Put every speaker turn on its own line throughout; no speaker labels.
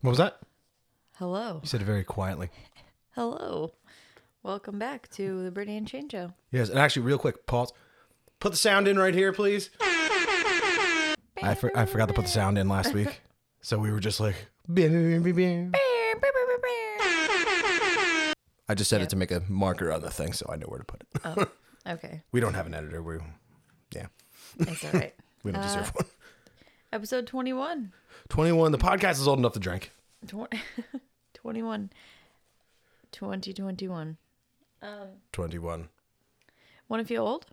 What was that?
Hello.
You said it very quietly.
Hello. Welcome back to the Brittany and Chain Show.
Yes, and actually, real quick, pause. Put the sound in right here, please. I, for, I forgot to put the sound in last week, so we were just like. I just said it to make a marker on the thing, so I know where to put it.
Okay.
We don't have an editor. We, yeah,
That's all right.
we don't deserve one.
Episode 21.
Twenty-one. The podcast is old enough to drink.
Tw- 21. 2021.
Twenty-one.
Want to feel old?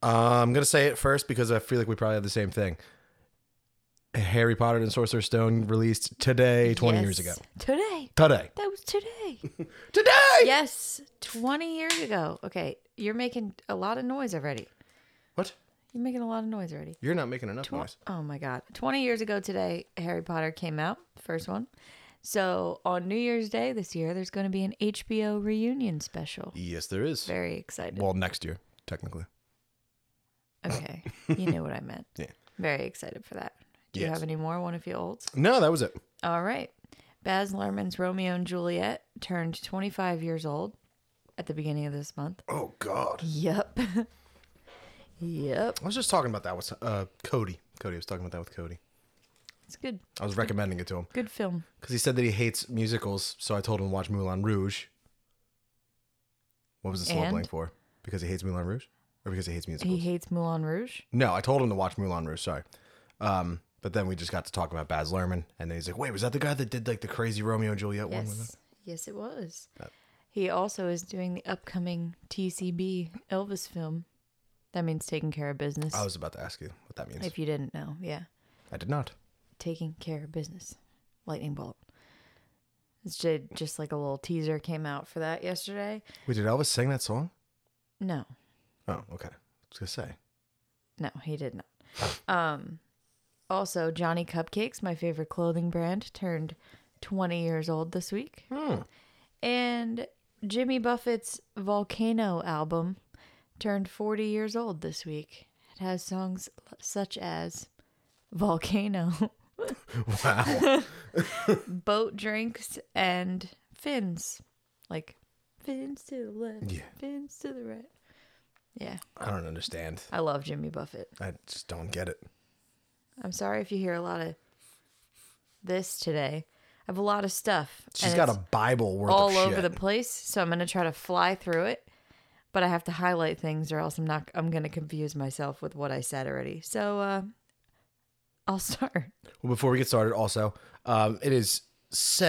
Uh, I'm gonna say it first because I feel like we probably have the same thing. Harry Potter and Sorcerer's Stone released today, 20 years ago.
Yes. Today.
Today.
That was today.
Today.
yes. 20 years ago. Okay. You're making a lot of noise already.
What?
You're making a lot of noise already.
You're not making enough noise.
Oh my God. 20 years ago today, Harry Potter came out, first one. So on New Year's Day this year, there's going to be an HBO reunion special.
Yes, there is.
Very excited.
Well, next year, technically.
Okay. You knew what I meant.
Yeah.
Very excited for that. Do you
Yes.
have any more? One of you olds?
No, that was it.
All right. Baz Luhrmann's Romeo and Juliet turned 25 years old at the beginning of this month.
Oh God.
Yep. yep.
I was just talking about that with uh, Cody. Cody, I was talking about that with Cody.
It's good.
I was recommending it to him
Good film.
because he said that he hates musicals. So I told him to watch Moulin Rouge. What was the slow
And?
blank for? Because he hates Moulin Rouge, or because he hates musicals?
He hates Moulin Rouge.
No, I told him to watch Moulin Rouge. Sorry. Um, but then we just got to talk about Baz Luhrmann, and then he's like, "Wait, was that the guy that did like the crazy Romeo and Juliet one?" With him?
Yes. Yes, it was. He also is doing the upcoming TCB Elvis film. That means taking care of business.
I was about to ask you what that means.
If you didn't know, yeah.
I did not.
Taking care of business. Lightning bolt. It's ju- just like a little teaser came out for that yesterday.
Wait, did Elvis sing that song?
No,
Oh, okay. I was gonna say.
no, he did not. Um, also, Johnny Cupcakes, my favorite clothing brand, turned 20 years old this week.
Hmm.
And Jimmy Buffett's Volcano album turned 40 years old this week. It has songs such as Volcano,
Wow.
Boat Drinks, and Fins. Like, fins to the left,
Yeah.
fins to the right. Yeah,
I don't understand.
I love Jimmy Buffett.
I just don't get it.
I'm sorry if you hear a lot of this today. I have a lot of stuff.
She's
and
got
it's-
a Bible worth
all
of
over
shit.
the place, so I'm gonna try to fly through it. But I have to highlight things, or else I'm not. I'm gonna confuse myself with what I said already. So uh, I'll start.
Well, before we get started, also, um, it is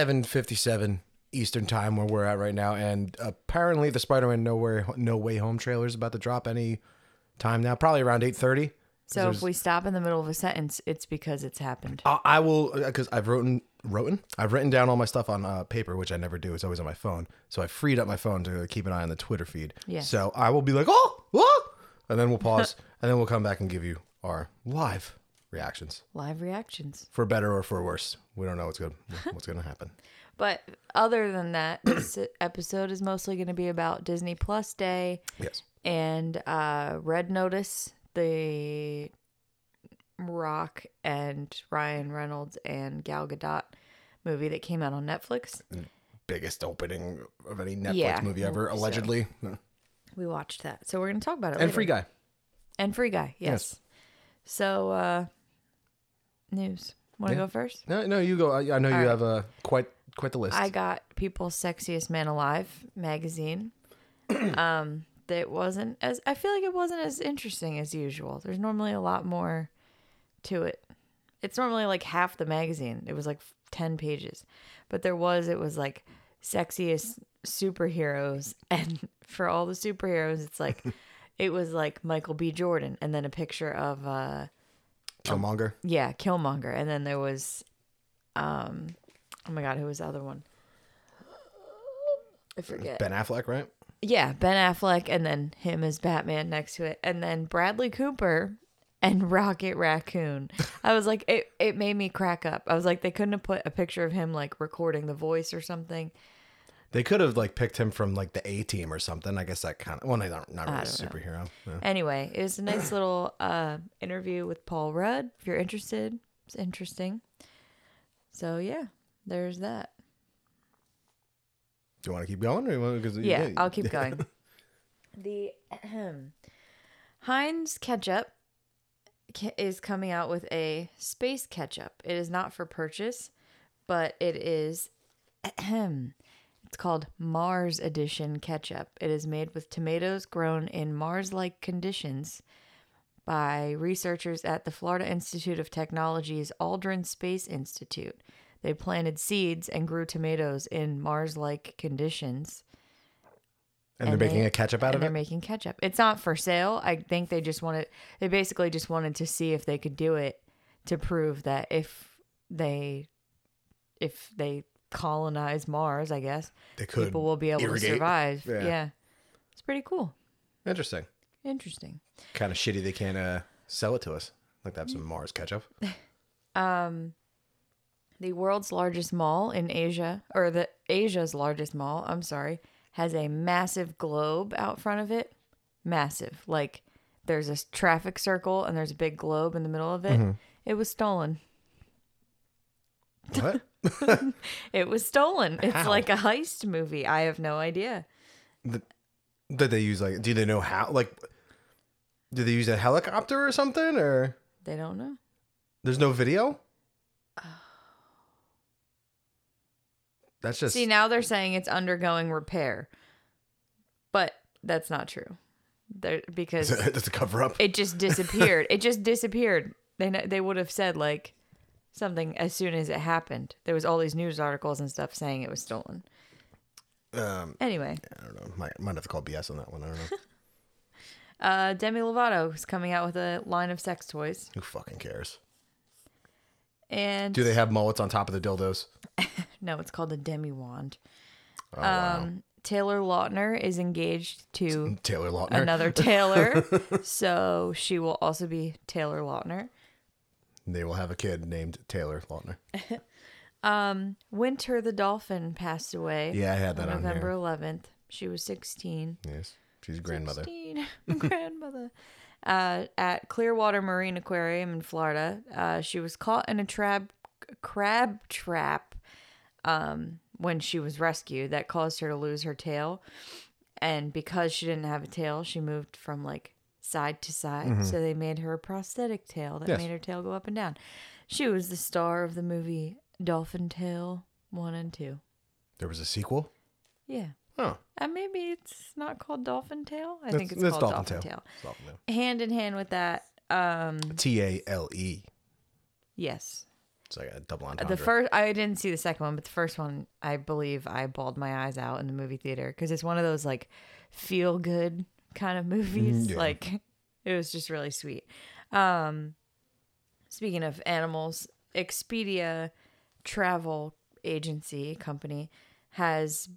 7:57 Eastern Time where we're at right now, and apparently the Spider-Man Nowhere No Way Home trailer is about to drop any time now, probably around 8:30.
So if we stop in the middle of a sentence, it's because it's happened.
I, I will because I've written written I've written down all my stuff on uh, paper, which I never do. It's always on my phone. So I freed up my phone to keep an eye on the Twitter feed.
Yes.
So I will be like, oh, oh, and then we'll pause, and then we'll come back and give you our live reactions
Live reactions.
for better or for worse. We don't know what's good what's going to happen.
But other than that, this e-, episode is mostly gonna be about Disney Plus Day
Yes.
and uh, Red Notice, the Rock and Ryan Reynolds and Gal Gadot movie that came out on Netflix.
Mm. biggest opening of any Netflix
Yeah,
movie ever,
so-
allegedly.
We watched that. So we're going to talk about it.
And
later.
Free Guy.
And Free Guy, yes. So, uh, news. Want to
Yeah.
go first?
No, no, you go. I, I know you
right.
have uh, quite quite the list.
I got People's Sexiest Man Alive magazine. um, that wasn't as, I feel like it wasn't as interesting as usual. There's normally a lot more to it. It's normally like half the magazine. It was like 10 pages. But there was, it was like sexiest superheroes. And for all the superheroes, it's like, it was like Michael B. Jordan and then a picture of, uh,
Killmonger.
yeah, Killmonger, and then there was, um, oh my god, who was the other one? I forget.
Ben Affleck, right?
yeah, Ben Affleck, and then him as Batman next to it, and then Bradley Cooper and Rocket Raccoon. I was like, it it made me crack up. I was like, they couldn't have put a picture of him like recording the voice or something.
They could have like picked him from like the A team or something. I guess that kind of. Well, no, not, not really a
don't know.
superhero. No.
Anyway, it was a nice little uh, interview with Paul Rudd. If you're interested, it's interesting. So yeah, there's that.
Do you want to keep going? Or you want, cause you
Yeah,
did-
I'll keep going. the Heinz ketchup ca- is coming out with a space ketchup. It is not for purchase, but it is. it's called Mars Edition ketchup. It is made with tomatoes grown in Mars like conditions by researchers at the Florida Institute of Technology's Aldrin Space Institute. They planted seeds and grew tomatoes in Mars like conditions
And they're making a ketchup out
and
of
they're
it?
making ketchup. It's not for sale. I think they just wanted they basically just wanted to see if they could do it to prove that if they if they colonize Mars, I guess,
They could.
people will be able to
irrigate.
survive.
Yeah.
Yeah. It's pretty cool.
Interesting.
Interesting.
Kind of shitty they can't uh, sell it to us. Like to have some Mars ketchup.
The world's largest mall in Asia or the Asia's largest mall, I'm sorry, has a massive globe out front of it. Massive. Like there's a s- traffic circle and there's a big globe in the middle of it.
Mm-hmm.
It was stolen.
What?
It was stolen. It's
How?
like a heist movie. I have no idea.
Did they use like? Do they know how? Like, did they use a helicopter or something? Or
They don't know.
there's no video. That's just
See, now they're saying it's undergoing repair, but that's not true. There because
that's a cover up.
it just disappeared. it just disappeared. They kn- they would have said like something as soon as it happened. There was all these news articles and stuff saying it was stolen.
Um,
Anyway,
I don't know. Might, might have to call BS on that one. I don't know.
uh, Demi Lovato is coming out with a line of sex toys,
Who fucking cares?
and
Do they have mullets on top of the dildos?
no, it's called a demi wand.
Oh, wow.
Um, Taylor Lautner is engaged to
Taylor Lautner.
another Taylor. so she will also be Taylor Lautner.
They will have a kid named Taylor Lautner.
Winter the dolphin passed away.
Yeah, I had that on
November
here.
11th. She was 16.
Yes, she's a grandmother.
16. grandmother. Uh, at Clearwater Marine Aquarium in Florida, uh, she was caught in a trap, crab trap um, when she was rescued that caused her to lose her tail. And because she didn't have a tail, she moved from like side to side. So they made her a prosthetic tail that
Mm-hmm. Yes.
made her tail go up and down. She was the star of the movie Dolphin Tale 1 and 2.
There was a sequel.
Yeah.
Oh,
Uh, maybe it's not called Dolphin Tail. I think it's
that's
called Dolphin, Tail.
It's Dolphin Tail.
Hand in hand with that, um,
T A L E.
yes.
It's like a double
Uh,
entendre.
The first, I didn't see the second one, but the first one, I believe I bawled my eyes out in the movie theater because it's one of those like feel good kind of movies.
yeah.
Mm, Like it was just really sweet. Um, speaking of animals, Expedia travel agency company has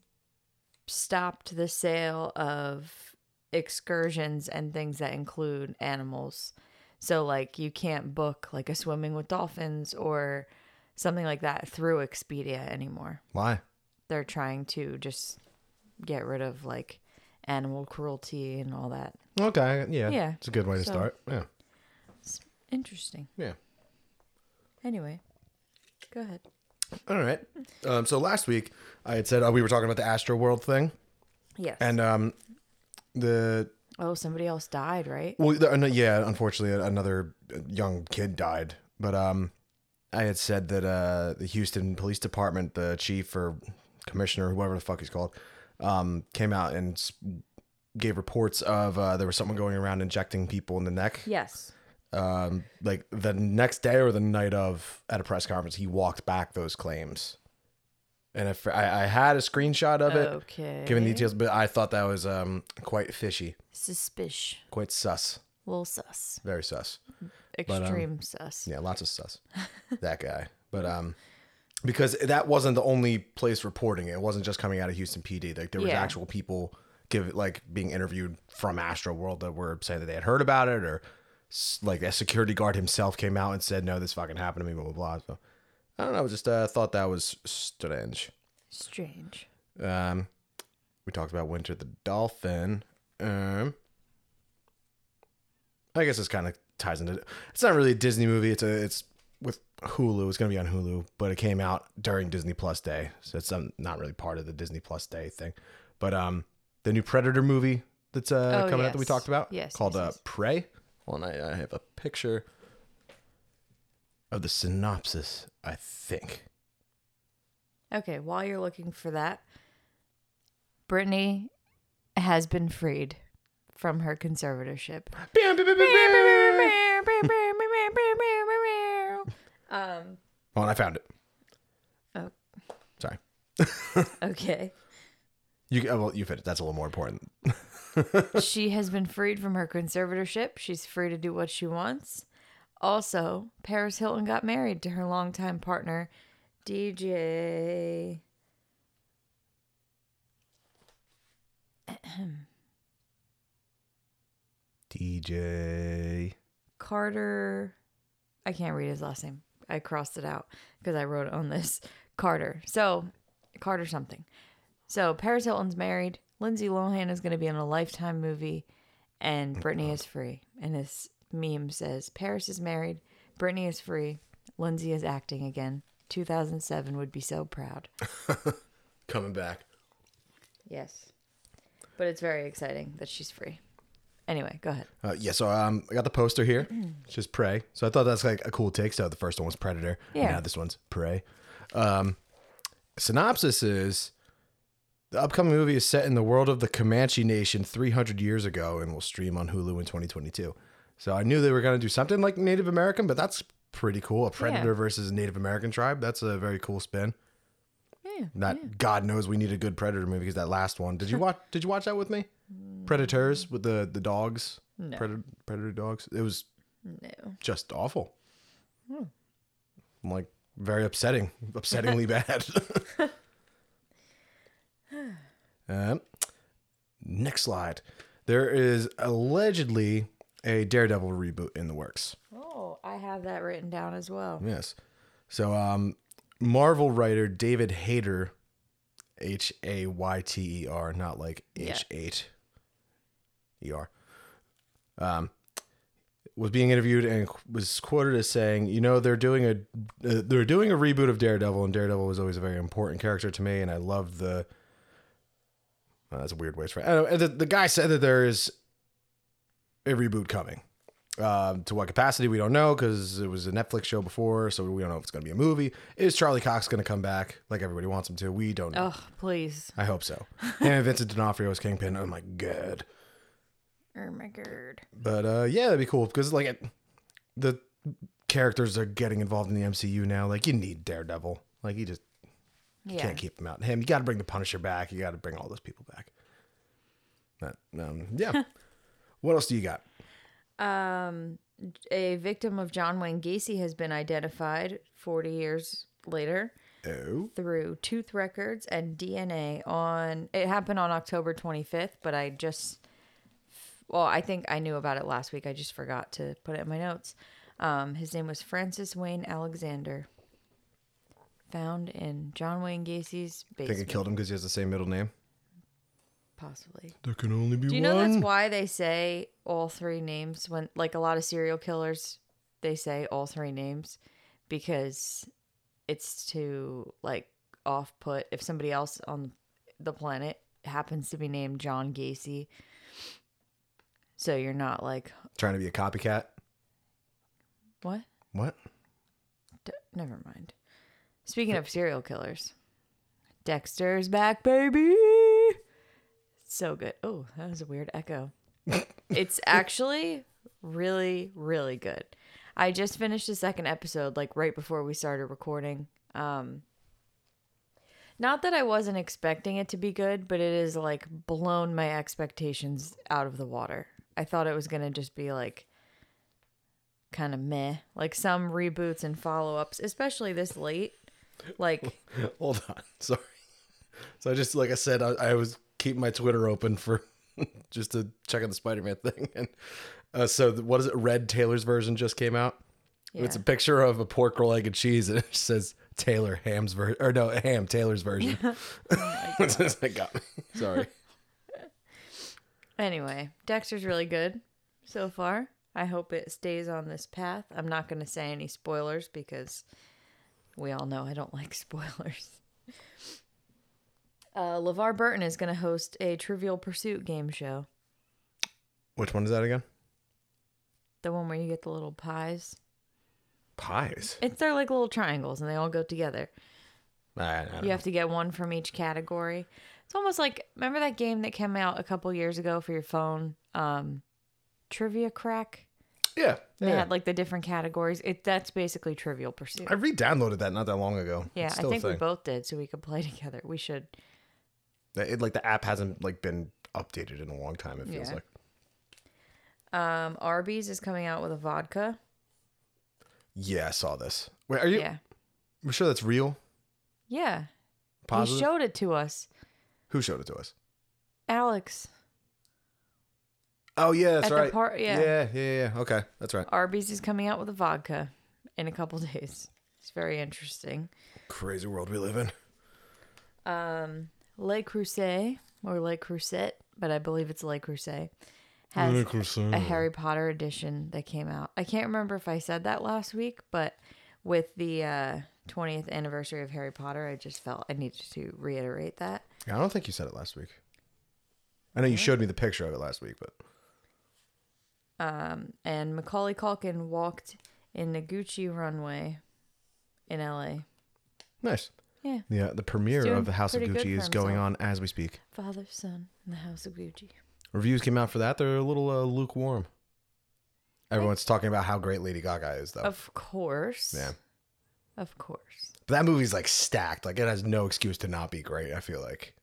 stopped the sale of excursions and things that include animals. So like you can't book like a swimming with dolphins or something like that through Expedia anymore.
Why?
They're trying to just get rid of like animal cruelty and all that.
Okay, yeah.
Yeah.
It's a good way to
So-
start. Yeah.
It's interesting.
Yeah.
Anyway, go ahead.
All right. Um, so last week I had said uh, we were talking about the Astro World thing
Yes.
and um, the
oh, somebody else died, right?
Well, the, no, yeah, unfortunately, a- another young kid died. But um, I had said that uh, the Houston Police Department, the chief or commissioner, whoever the fuck he's called, um, came out and s- gave reports of uh, there was someone going around injecting people in the neck.
Yes.
Um, like the next day or the night of, at a press conference, he walked back those claims. And if I, I had a screenshot of it,
Okay.
giving details, but I thought that was um, quite fishy,
Suspish.
quite sus,
Little sus.
very sus. um,
Extreme sus.
Yeah, lots of sus. that guy. But um because that wasn't the only place reporting it. It wasn't just coming out of Houston PD. Like there was
Yeah.
actual people give like being interviewed from Astro World that were saying that they had heard about it or s- like a security guard himself came out and said, "No, this fucking happened to me." Blah blah blah. So I don't know. Just uh, thought that was strange.
Strange.
Um, we talked about Winter the Dolphin. Um, I guess this kind of ties into. It's not really a Disney movie. It's a. It's with Hulu. It's going to be on Hulu, but it came out during Disney Plus Day, so it's um, not really part of the Disney Plus Day thing. But um, the new Predator movie that's uh,
Oh,
coming out that we
yes.
talked about,
Yes,
called
yes,
uh,
yes.
Prey. Hold on, I, I have a picture of the synopsis. I think.
Okay, while you're looking for that, Brittany has been freed from her conservatorship. um,
Oh, and I found it.
Oh.
Sorry.
okay.
You oh, well, you fit it. That's a little more important.
she has been freed from her conservatorship. She's free to do what she wants. Also, Paris Hilton got married to her longtime partner, DJ.
DJ.
Carter. I can't read his last name. I crossed it out because I wrote on this Carter. So Carter something. So Paris Hilton's married. Lindsay Lohan is going to be in a Lifetime movie, and Brittany is free. And this meme says Paris is married, Brittany is free, Lindsay is acting again. 2007 would be so proud.
Coming back.
Yes, but it's very exciting that she's free. Anyway, go ahead.
Uh, yeah, so um, I got the poster here. It's just prey. So I thought that's like a cool take. So the first one was predator.
Yeah.
Now this one's prey. Um, synopsis is the upcoming movie is set in the world of the Comanche Nation 300 years ago and will stream on Hulu in 2022. So I knew they were going to do something like Native American, but that's pretty cool. A predator versus a Native American tribe. That's a very cool spin.
Yeah.
Not God knows we need a good predator movie because that last one. Did you watch? did you watch that with me? Predators with the the dogs.
Mm. No.
Predator, predator dogs. It was
No.
just awful.
Hmm.
Like very upsetting, upsettingly bad. um, next slide. There is allegedly a Daredevil reboot in the works.
Oh, I have that written down as well.
Yes. So, um, Marvel writer David Hayter, H A Y T E R, not like
Yeah.
H eight E R, um, was being interviewed and was quoted as saying, "You know, they're doing a uh, they're doing a reboot of Daredevil, and Daredevil was always a very important character to me, and I loved the." Well, that's a weird way to phrase. I don't know. The, the guy said that there is a reboot coming. Um, to what capacity we don't know because it was a Netflix show before, so we don't know if it's going to be a movie. Is Charlie Cox going to come back like everybody wants him to? We don't. know.
Oh, please.
I hope so. and Vincent D'Onofrio is Kingpin. Oh my god.
Oh my god.
But uh, yeah, that'd be cool because like it, the characters are getting involved in the MCU now. Like you need Daredevil. Like you just
Yeah.
can't keep him out. Him, you got to bring the Punisher back. You got to bring all those people back. That, um, yeah. what else do you got?
Um, a victim of John Wayne Gacy has been identified 40 years later
Oh,
through tooth records and DNA on it happened on October 25th, but I just well, I think I knew about it last week. I just forgot to put it in my notes. Um, his name was Francis Wayne Alexander. Found in John Wayne Gacy's
think I
basement,
killed him because he has the same middle name.
possibly.
There can only be
Do you know that's why they say all three names when like a lot of serial killers they say all three names because it's to like off put if somebody else on the planet happens to be named John Gacy so you're not like
Trying to be a copycat.
what
What?
D- never mind speaking of serial killers Dexter's back baby so good oh that was a weird echo It's actually really, really good. I just finished the second episode, like right before we started recording. Um, not that I wasn't expecting it to be good, but it is like blown my expectations out of the water. I thought it was gonna just be like kind of meh, like some reboots and follow ups, especially this late. Like,
Hold on. Sorry. So I just like I said, I, I was keeping my Twitter open for just to check on the Spider-Man thing. And uh, so the, what is it? Red Taylor's version just came out.
yeah.
It's a picture of a pork roll, egg, and cheese, and it says Taylor Ham's version, or no, Ham Taylor's version.
Oh
That got me. Sorry.
anyway, Dexter's really good so far. I hope it stays on this path. I'm not going to say any spoilers because we all know I don't like spoilers. Uh, LeVar Burton is going to host a Trivial Pursuit game show.
Which one is that again?
The one where you get the little pies.
Pies.
It's they're like little triangles and they all go together.
I, I don't
You have to get one from each category. It's almost like remember that game that came out a couple years ago for your phone, um, Trivia Crack.
know. Yeah.
They
yeah.
had like the different categories. It that's basically Trivial Pursuit.
I re-downloaded that not that long ago.
yeah,
It's
I
still a
think we
thing.
both did, so we could play together. We should.
It, like the app hasn't like been updated in a long time. It feels
Yeah.
like.
Um, Arby's is coming out with a vodka.
Yeah, I saw this. Wait, are you
Yeah,
we're sure that's real?
yeah.
Positive.
He showed it to us,
Who showed it to us?
Alex.
Oh yeah, that's
At the
right.
par- yeah.
yeah, yeah, yeah. Okay, that's right.
Arby's is coming out with a vodka in a couple days. It's very interesting.
Oh. Crazy world we live in.
um, Le Creuset or Le Creuset, but I believe it's Le Creuset, has a Harry Potter edition that came out. I can't remember if I said that last week, but with the uh, 20th anniversary of Harry Potter, I just felt I needed to reiterate that.
I don't think you said it last week. I know you showed me the picture of it last week, but
Um, and Macaulay Culkin walked in the Gucci runway in LA.
nice.
Yeah,
Yeah, the premiere
doing
of the House of
pretty good
Gucci
for
is going
himself.
on as we speak.
father, son, and the house of Gucci.
Reviews came out for that. They're a little uh, lukewarm. Everyone's talking about how great Lady Gaga is, though.
Of course.
Yeah.
Of course.
But that movie's like stacked. Like it has no excuse to not be great. I feel like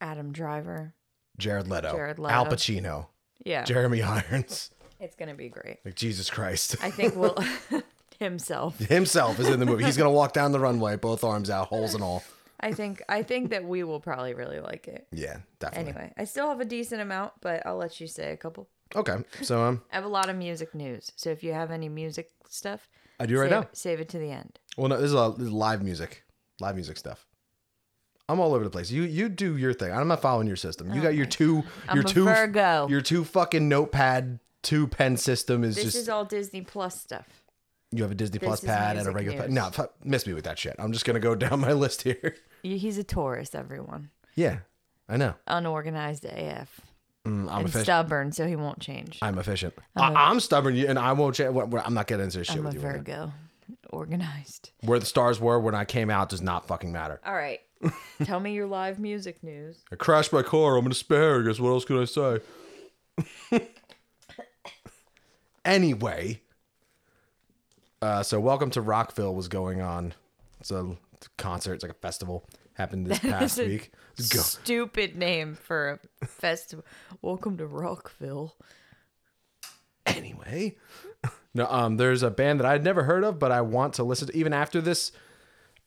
Adam Driver.
Jared Leto,
Jared Leto.
Al Pacino,
Yeah.
Jeremy Irons.
It's gonna be great.
Like Jesus Christ.
I think we'll himself.
Himself is in the movie. He's gonna walk down the runway, both arms out, holes and all.
I think I think that we will probably really like it.
Yeah, definitely.
Anyway, I still have a decent amount, but I'll let you say a couple.
Okay, so um,
I have a lot of music news, so if you have any music stuff,
I do right
save,
now.
save it to the end.
Well, no, this is, a, this is live music, live music stuff. I'm all over the place. You you do your thing. I'm not following your system. You got your two,
I'm
your
a
two,
Virgo.
your two fucking notepad, two pen system is
This
just
is all Disney Plus stuff.
you have a Disney Plus
is
pad and a
music
regular pad.
news.
No, fuck, miss me with that shit. I'm just gonna go down my list here.
Y- He's a Taurus, everyone.
Yeah, I know.
Unorganized AF
Mm, I'm
and
efficient.
stubborn, so he won't change.
I'm efficient. I'm, I- I'm stubborn, you- and I won't. Cha- wh- wh- I'm not getting into this shit
I'm a
with you. right now.
Virgo, organized.
Where the stars were when I came out does not fucking matter.
All right, tell me your live music news.
I crashed my car. I'm an asparagus. What else could I say? anyway, uh, so welcome to Rockville was going on. It's a concert. It's like a festival. Happened this past
a
week. Go.
Stupid name for a festival. Welcome to Rockville.
Anyway, no. Um, there's a band that I'd never heard of, but I want to listen to. Even after this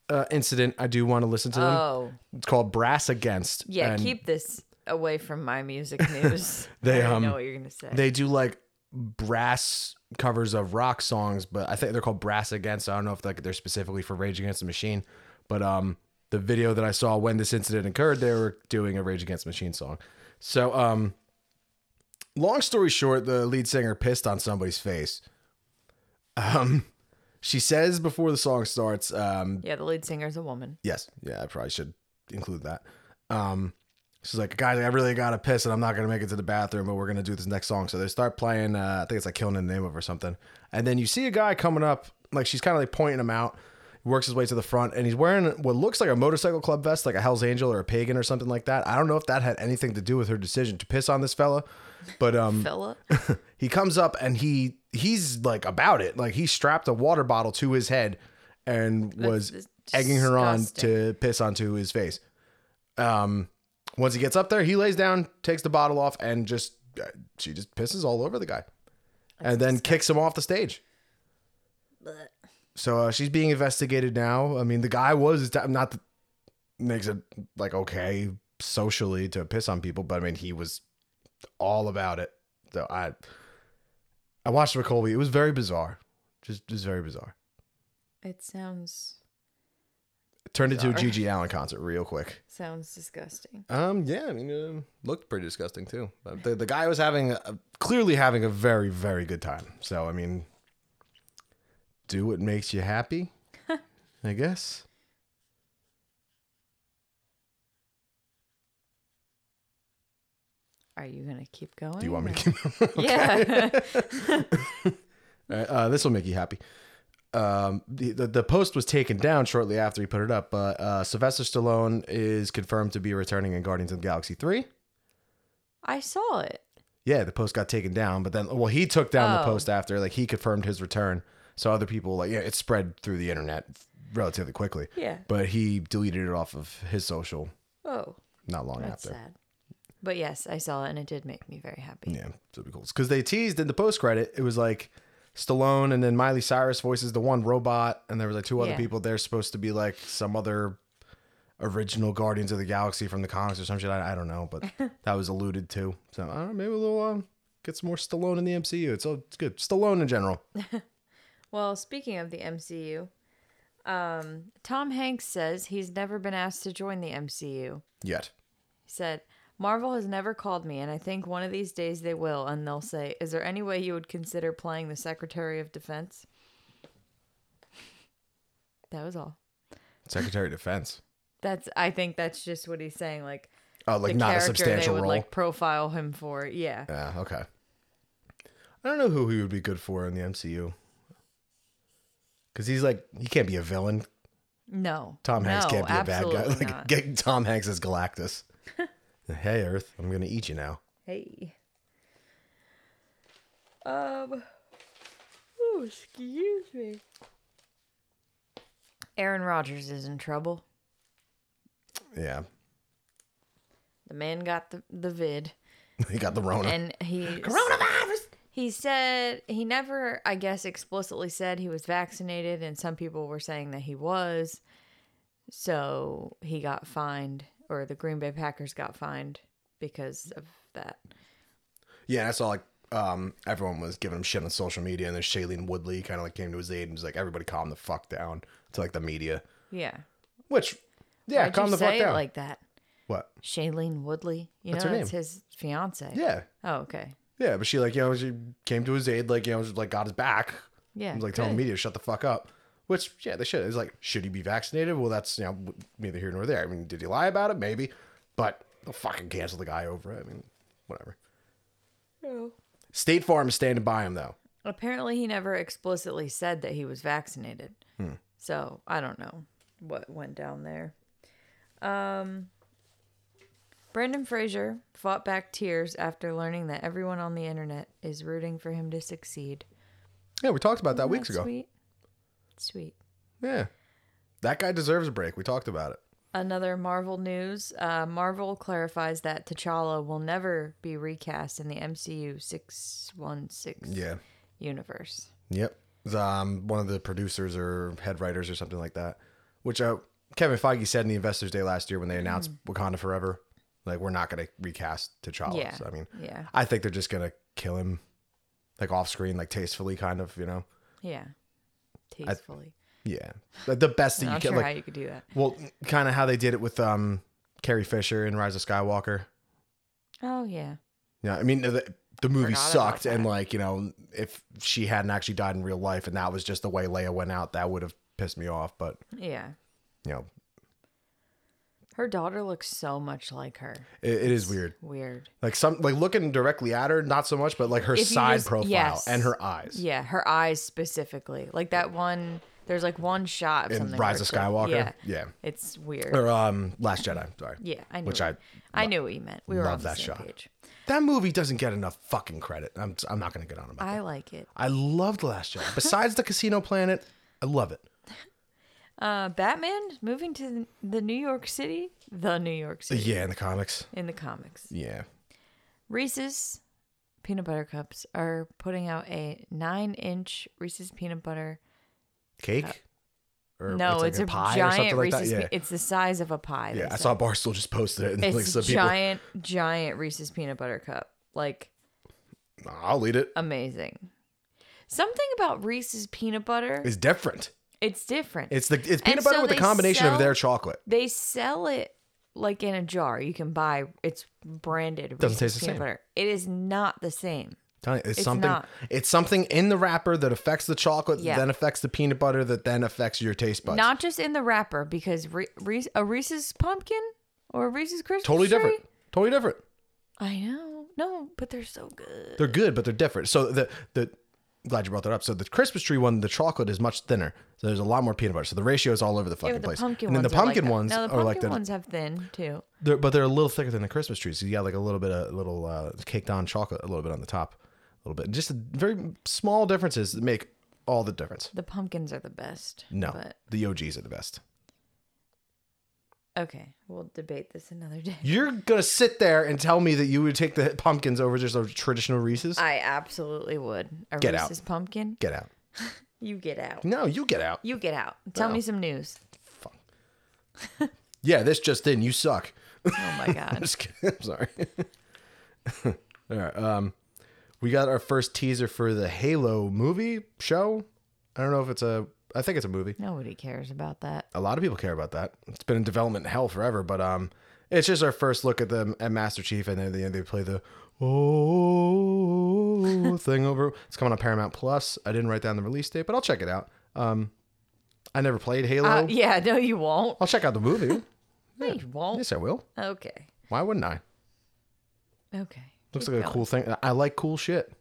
uh, incident, I do want to listen to them.
Oh,
It's called Brass Against.
yeah.
Um, and
keep this away from my music news.
They,
I already
um,
know what you're gonna say.
they do like brass covers of rock songs, but I think they're called Brass Against. I don't know if like they're specifically for Rage Against the Machine, but um, the video that I saw when this incident occurred, they were doing a Rage Against the Machine song. So um, long story short, the lead singer pissed on somebody's face. Um, she says before the song starts, um,
yeah, the lead singer's a woman.
Yes. Yeah, I probably should include that. Um, she's like, guys, I really gotta piss, and I'm not gonna make it to the bathroom, but we're gonna do this next song. So they start playing. Uh, I think it's like "Killing in the Name of" or something. And then you see a guy coming up, like she's kind of like pointing him out. He works his way to the front, and he's wearing what looks like a motorcycle club vest, like a Hell's Angel or a Pagan or something like that. I don't know if that had anything to do with her decision to piss on this fella, but um,
Fella.
he comes up and he he's like about it like he strapped a water bottle to his head and was
That's
egging her on
disgusting.
to piss onto his face um once he gets up there he lays down takes the bottle off and just uh, she just pisses all over the guy and then kicks him off the stage
Blech.
so uh, she's being investigated now. I mean, the guy was not that makes it like okay socially to piss on people, but I mean, he was all about it. So I, I watched McColby. It was very bizarre, just just very bizarre.
It sounds
Turned into a Gigi Allen concert real quick.
Sounds disgusting.
Um, yeah, I mean, um looked pretty disgusting too. But the the guy was having a, clearly having a very very good time. So I mean, do what makes you happy, I guess.
Are you gonna keep going?
Do you want me to keep?
Yeah.
All right, uh, this will make you happy. Um, the, the the post was taken down shortly after he put it up, but uh, Sylvester Stallone is confirmed to be returning in Guardians of the Galaxy three.
I saw it.
Yeah, the post got taken down, but then well, he took down the
Oh.
post after like he confirmed his return. So other people like yeah, it spread through the internet relatively quickly.
Yeah.
But he deleted it off of his social
Oh,
not long
that's
after.
sad. But yes, I saw it and it did make me very happy.
Yeah, so it'd be cool. Because they teased in the post credit, it was like Stallone and then Miley Cyrus voices the one robot, and there was like two other
Yeah.
people. They're supposed to be like some other original Guardians of the Galaxy from the comics or some shit. I, I don't know, but that was alluded to. So I don't know, maybe we'll um, get some more Stallone in the MCU. It's all it's good. Stallone in general.
Well, speaking of the MCU, um, Tom Hanks says he's never been asked to join the MCU.
Yet.
He said, Marvel has never called me, and I think one of these days they will, and they'll say, Is there any way you would consider playing the Secretary of Defense? That was all.
Secretary of Defense.
That's I think that's just what he's saying, like
Oh, like
the
not a
character they
substantial
would
role.
like profile him for. Yeah.
Yeah, okay. I don't know who he would be good for in the MCU. Because he's like, he can't be a villain.
No.
Tom Hanks
No,
can't be a bad guy.
absolutely
Like,
not.
get Tom Hanks as Galactus. hey, Earth, I'm going to eat you now.
Hey. Um. Oh, excuse me. Aaron Rodgers is in trouble.
Yeah.
The man got the, the vid,
He got the Rona.
and he coronavirus. He said he never, I guess, explicitly said he was vaccinated, and some people were saying that he was. So he got fined, or the Green Bay Packers got fined because of that.
yeah, I saw like um, everyone was giving him shit on social media, and then Shailene Woodley kind of like came to his aid and was like, everybody calm the fuck down to like the media.
Yeah.
Which, yeah,
Why'd
calm
you
the fuck
say it
down.
like that.
what?
Shailene Woodley. You
That's
know,
her
that's
name.
his fiance.
Yeah.
Oh, okay.
Yeah, but she like you know she came to his aid like you know just, like got his back.
Yeah,
was like telling
good.
media to shut the fuck up. Which yeah they should. It's like should he be vaccinated? Well that's you know neither here nor there. I mean did he lie about it? Maybe, but they'll fucking cancel the guy over it. I mean whatever. State Farm is standing by him though.
Apparently, he never explicitly said that he was vaccinated.
Hmm.
So I don't know what went down there. Um, Brandon Fraser fought back tears after learning that everyone on the internet is rooting for him to succeed.
Yeah, we talked about that weeks
Oh, That's
ago.
Sweet. Sweet.
Yeah, that guy deserves a break. We talked about it.
Another Marvel news. Uh, Marvel clarifies that T'Challa will never be recast in the MCU 616
Yeah.
universe.
Yep. The, Um, one of the producers or head writers or something like that, which uh, Kevin Feige said in the Investors Day last year when they announced Wakanda Forever, like we're not going to recast T'Challa.
Mm. Yeah.
So, I mean,
Yeah.
I think they're just going to kill him, like off screen, like tastefully, kind of, you know.
Yeah. Tastefully.
Yeah, Like, the best
I,
that
am
you
not
can.
sure
like,
how you could do that.
well, kind of how they did it with um, Carrie Fisher in Rise of Skywalker.
Oh yeah.
Yeah, I mean the, the movie
Forgot about
sucked, and like you know, if she hadn't actually died in real life, and that was just the way Leia went out, that would have pissed me off. But
Yeah.
you know,
Her daughter looks so much like her.
it, it is weird.
Weird.
Like some like looking directly at her, not so much, but like her
If you
side
just-
profile
yes.
and her eyes.
Yeah, her eyes specifically. Like that one there's like one shot of
in
something.
Rise
where
of
it's like-
Skywalker.
yeah.
yeah.
It's weird.
Or um Last Jedi, sorry.
yeah, I knew
Which
it.
I
I knew what you meant. We were
love
on the
that
same
shot.
page.
that movie doesn't get enough fucking credit. I'm I'm not gonna get on about it.
I like it.
I loved Last Jedi. Besides the Casino Planet, I love it.
Uh, Batman moving to the- the New York City, the New York City
Yeah, in the comics.
in the comics.
Yeah.
Reese's peanut butter cups are putting out a nine inch Reese's peanut butter.
Cake? or
Uh, no,
like
it's, a,
pie or
giant
something like that?
Reese's.
Yeah.
pe- it's the size of a pie.
Yeah,
they
I
said.
saw Barstool just posted it, and like
It's
some
giant, giant Reese's peanut butter cup. Like
people, "Nah, I'll eat it.
amazing. Something about Reese's peanut butter
It's different.
It's different.
It's the it's
And
peanut butter
so
with a
they
combination
sell-
of their chocolate.
they sell it like in a jar. You can buy it's branded.
Doesn't
Reese's
taste the
peanut
same.
Butter. It is not the same.
Tell you, It's, something.
not.
It's something in the wrapper that affects the chocolate, that
Yeah.
then affects the peanut butter, that then affects your taste buds.
Not just in the wrapper because Re- Reese, a Reese's pumpkin or a Reese's Christmas
totally
tree?
different. Totally different.
I know. No, but they're so good.
They're good, but they're different. So the the glad you brought that up. So the Christmas tree one, the chocolate is much thinner. So there's a lot more peanut butter. So the ratio is all over the fucking
Yeah, but the
place.
pumpkin
and then
ones
the
are like
pumpkin
that.
ones
no, the
are
pumpkin
like the,
ones have thin too.
they're, but they're a little thicker than the Christmas trees. You got like a little bit of little uh, caked on chocolate, a little bit on the top, a little bit. Just very small differences that make all the difference.
The pumpkins are the best.
No,
But
the OGs are the best.
okay, we'll debate this another day.
You're gonna sit there and tell me that you would take the pumpkins over just a traditional Reese's?
I absolutely would. A
Get out.
Reese's pumpkin.
get out.
You get out.
No, you get out.
You get out. Tell
No.
me some news.
Yeah, this just in. You suck.
Oh my god.
I'm just kidding. I'm sorry. All right. Um, we got our first teaser for the Halo movie show. I don't know if it's a. I think it's a movie.
Nobody cares about that.
A lot of people care about that. It's been in development hell forever, but um, it's just our first look at the at Master Chief, and then at the end they play the oh thing over. It's coming on Paramount Plus. I didn't write down the release date, but I'll check it out. Um, I never played Halo.
Uh, yeah, no, you won't.
I'll check out the movie.
No, you won't.
yes, I will.
Okay.
Why wouldn't I?
Okay.
Looks
Keep
like a
going.
cool thing. I like cool shit.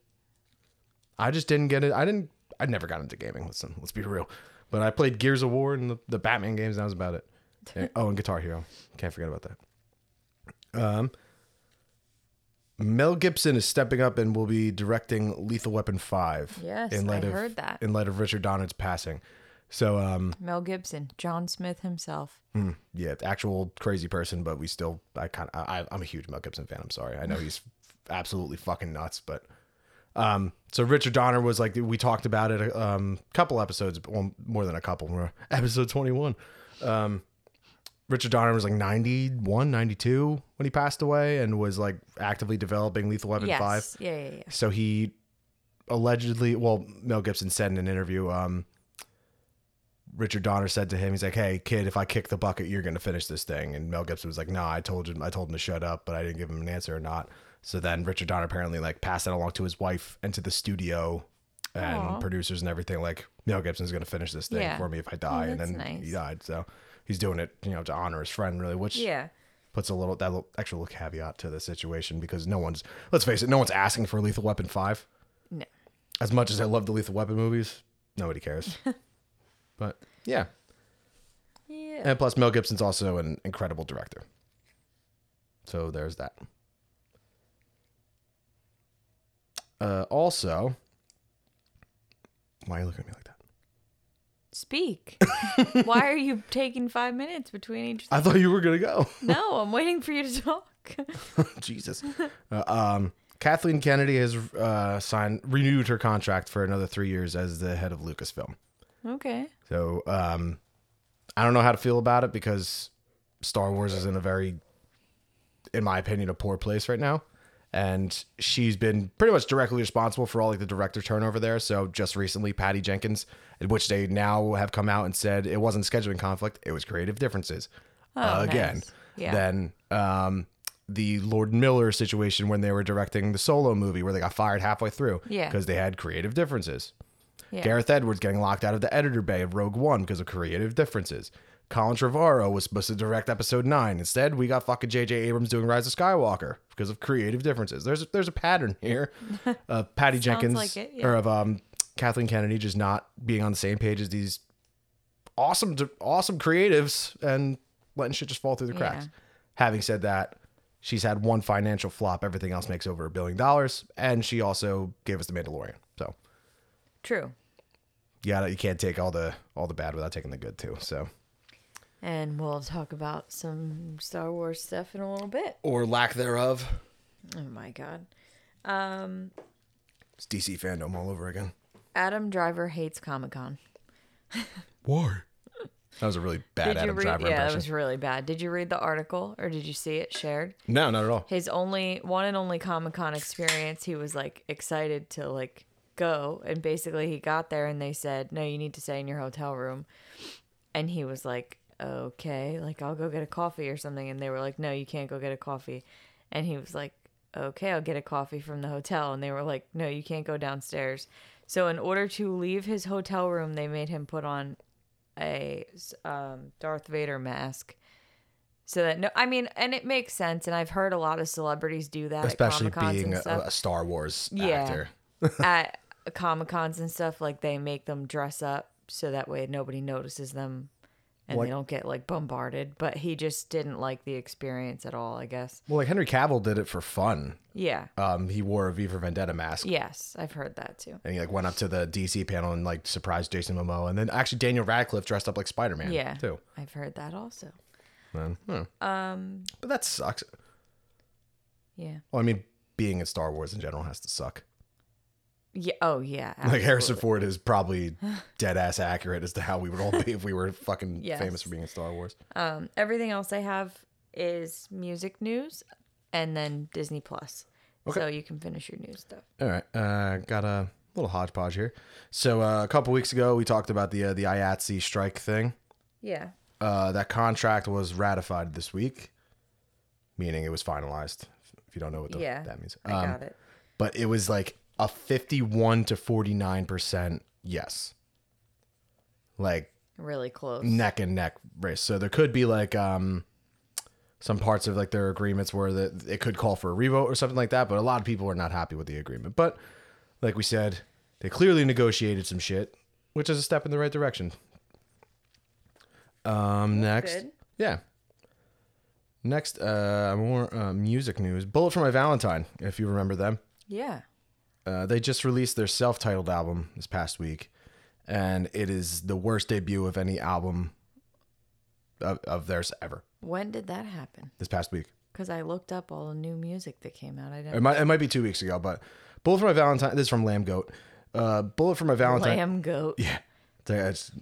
I just didn't get it. I didn't. I never got into gaming. Listen, let's be real. But I played Gears of War and the, the Batman games. And that was about it. And- oh, and Guitar Hero. Can't forget about that. Um, Mel Gibson is stepping up and will be directing Lethal Weapon Five.
Yes, I
of,
heard that.
In light of Richard Donner's passing. So, um,
Mel Gibson, John Smith himself.
mm, yeah, actual crazy person, but we still. I kind of. I, I'm a huge Mel Gibson fan. I'm sorry. I know he's absolutely fucking nuts, but um, so Richard Donner was like we talked about it a um, couple episodes, well, more than a couple, more- episode twenty one. Um, Richard Donner was like 91, 92 when he passed away, and was like actively developing Lethal Weapon
Yes.
Five.
Yeah, yeah, yeah.
So he allegedly, well, Mel Gibson said in an interview, um, Richard Donner said to him, he's like, "Hey, kid, if I kick the bucket, you're gonna finish this thing." And Mel Gibson was like, "Nah, I told him, I told him to shut up, but I didn't give him an answer or not." So then Richard Donner apparently like passed that along to his wife and to the studio and
Aw.
producers and everything. Like Mel Gibson's gonna finish this thing
Yeah. Oh,
for me if I die, and
that's
then
nice.
he died. So he's doing it, you know, to honor his friend, really, which
Yeah.
puts a little that little extra little caveat to the situation because no one's let's face it, no one's asking for Lethal Weapon five.
No.
As much as I love the Lethal Weapon movies, nobody cares. but yeah,
Yeah.
and plus Mel Gibson's also an incredible director. So there's that. Uh, also, why are you looking at me like that?
Speak. Why are you taking five minutes between each?
I thought you were gonna go.
No, I'm waiting for you to talk.
Jesus. Uh, um, Kathleen Kennedy has uh, signed renewed her contract for another three years as the head of Lucasfilm.
okay.
So um, I don't know how to feel about it because Star Wars is in a very, in my opinion, a poor place right now. And she's been pretty much directly responsible for all like the director turnover there. So just recently, Patty Jenkins, which they now have come out and said it wasn't scheduling conflict, it was creative differences. Again,
Oh, nice. Yeah.
then um, the Lord Miller situation when they were directing the solo movie where they got fired halfway through
Yeah.
because they had creative differences.
Yeah.
Gareth Edwards getting locked out of the editor bay of Rogue One because of creative differences. Colin Trevorrow was supposed to direct episode 9. Instead, we got fucking J.J. Abrams doing Rise of Skywalker because of creative differences. There's a, there's a pattern here of Patty Jenkins
like it, yeah.
or of um, Kathleen Kennedy just not being on the same page as these awesome awesome creatives and letting shit just fall through the cracks.
Yeah.
Having said that, she's had one financial flop. Everything else makes over a billion dollars and she also gave us The Mandalorian. So,
True.
you gotta you can't take all the all the bad without taking the good too. So
And we'll talk about some Star Wars stuff in a little bit.
or lack thereof.
Oh my god. Um,
It's DC fandom all over again.
Adam Driver hates Comic Con.
Why? That was a really bad Adam
read?
Driver
yeah, that
impression.
was really bad. Did you read the article or did you see it shared?
No, not at all.
His only one and only Comic Con experience, he was like excited to like go. And basically, he got there and they said, No, you need to stay in your hotel room. And he was like, Okay, like I'll go get a coffee or something. And they were like, No, you can't go get a coffee. And he was like, Okay, I'll get a coffee from the hotel. And they were like, No, you can't go downstairs. So, in order to leave his hotel room, they made him put on a um, Darth Vader mask. So that no, I mean, and it makes sense. And I've heard a lot of celebrities do that,
especially
at Comic-Cons
being
and
a,
stuff
a Star Wars
Yeah.
actor.
at comic cons and stuff, like they make them dress up so that way nobody notices them and
What-
they don't get like bombarded. But he just didn't like the experience at all, I guess.
Well, like Henry Cavill did it for fun.
Yeah.
Um, he wore a V for Vendetta mask.
Yes, I've heard that too.
And he like went up to the DC panel and like surprised Jason Momoa, and then actually Daniel Radcliffe dressed up like Spider Man.
Yeah.
too.
I've heard that also.
Man, hmm.
Um,
But that sucks.
yeah.
Well, I mean, being in Star Wars in general has to suck.
Yeah. Oh, yeah.
Like Harrison
absolutely.
Ford is probably dead ass accurate as to how we would all be if we were fucking
Yes.
famous for being in Star Wars.
Um, everything else I have is music news and then Disney Plus. So you can finish your news stuff.
All right, uh, got a little hodgepodge here. So uh, a couple weeks ago, we talked about the uh, the IATSE strike thing.
Yeah.
Uh, that contract was ratified this week, meaning it was finalized. If you don't know what the,
Yeah,
that means, Um,
I got it.
but it was like a fifty-one to forty-nine percent yes, like
Really close.
neck and neck race. So there could be like um, some parts of like their agreements where that it could call for a revote or something like that. But a lot of people are not happy with the agreement. But like we said, they clearly negotiated some shit, which is a step in the right direction. Um, next,
good.
yeah. Next, uh, more uh, music news. Bullet for My Valentine, if you remember them.
Yeah.
Uh, they just released their self-titled album this past week, and it is the worst debut of any album of, of theirs ever.
When did that happen?
This past week,
Because I looked up all the new music that came out. I
it
don't
might it might be two weeks ago, but "Bullet for My Valentine." This is from Lamb Goat. Uh, "Bullet for My Valentine."
Lamb goat.
Yeah, it's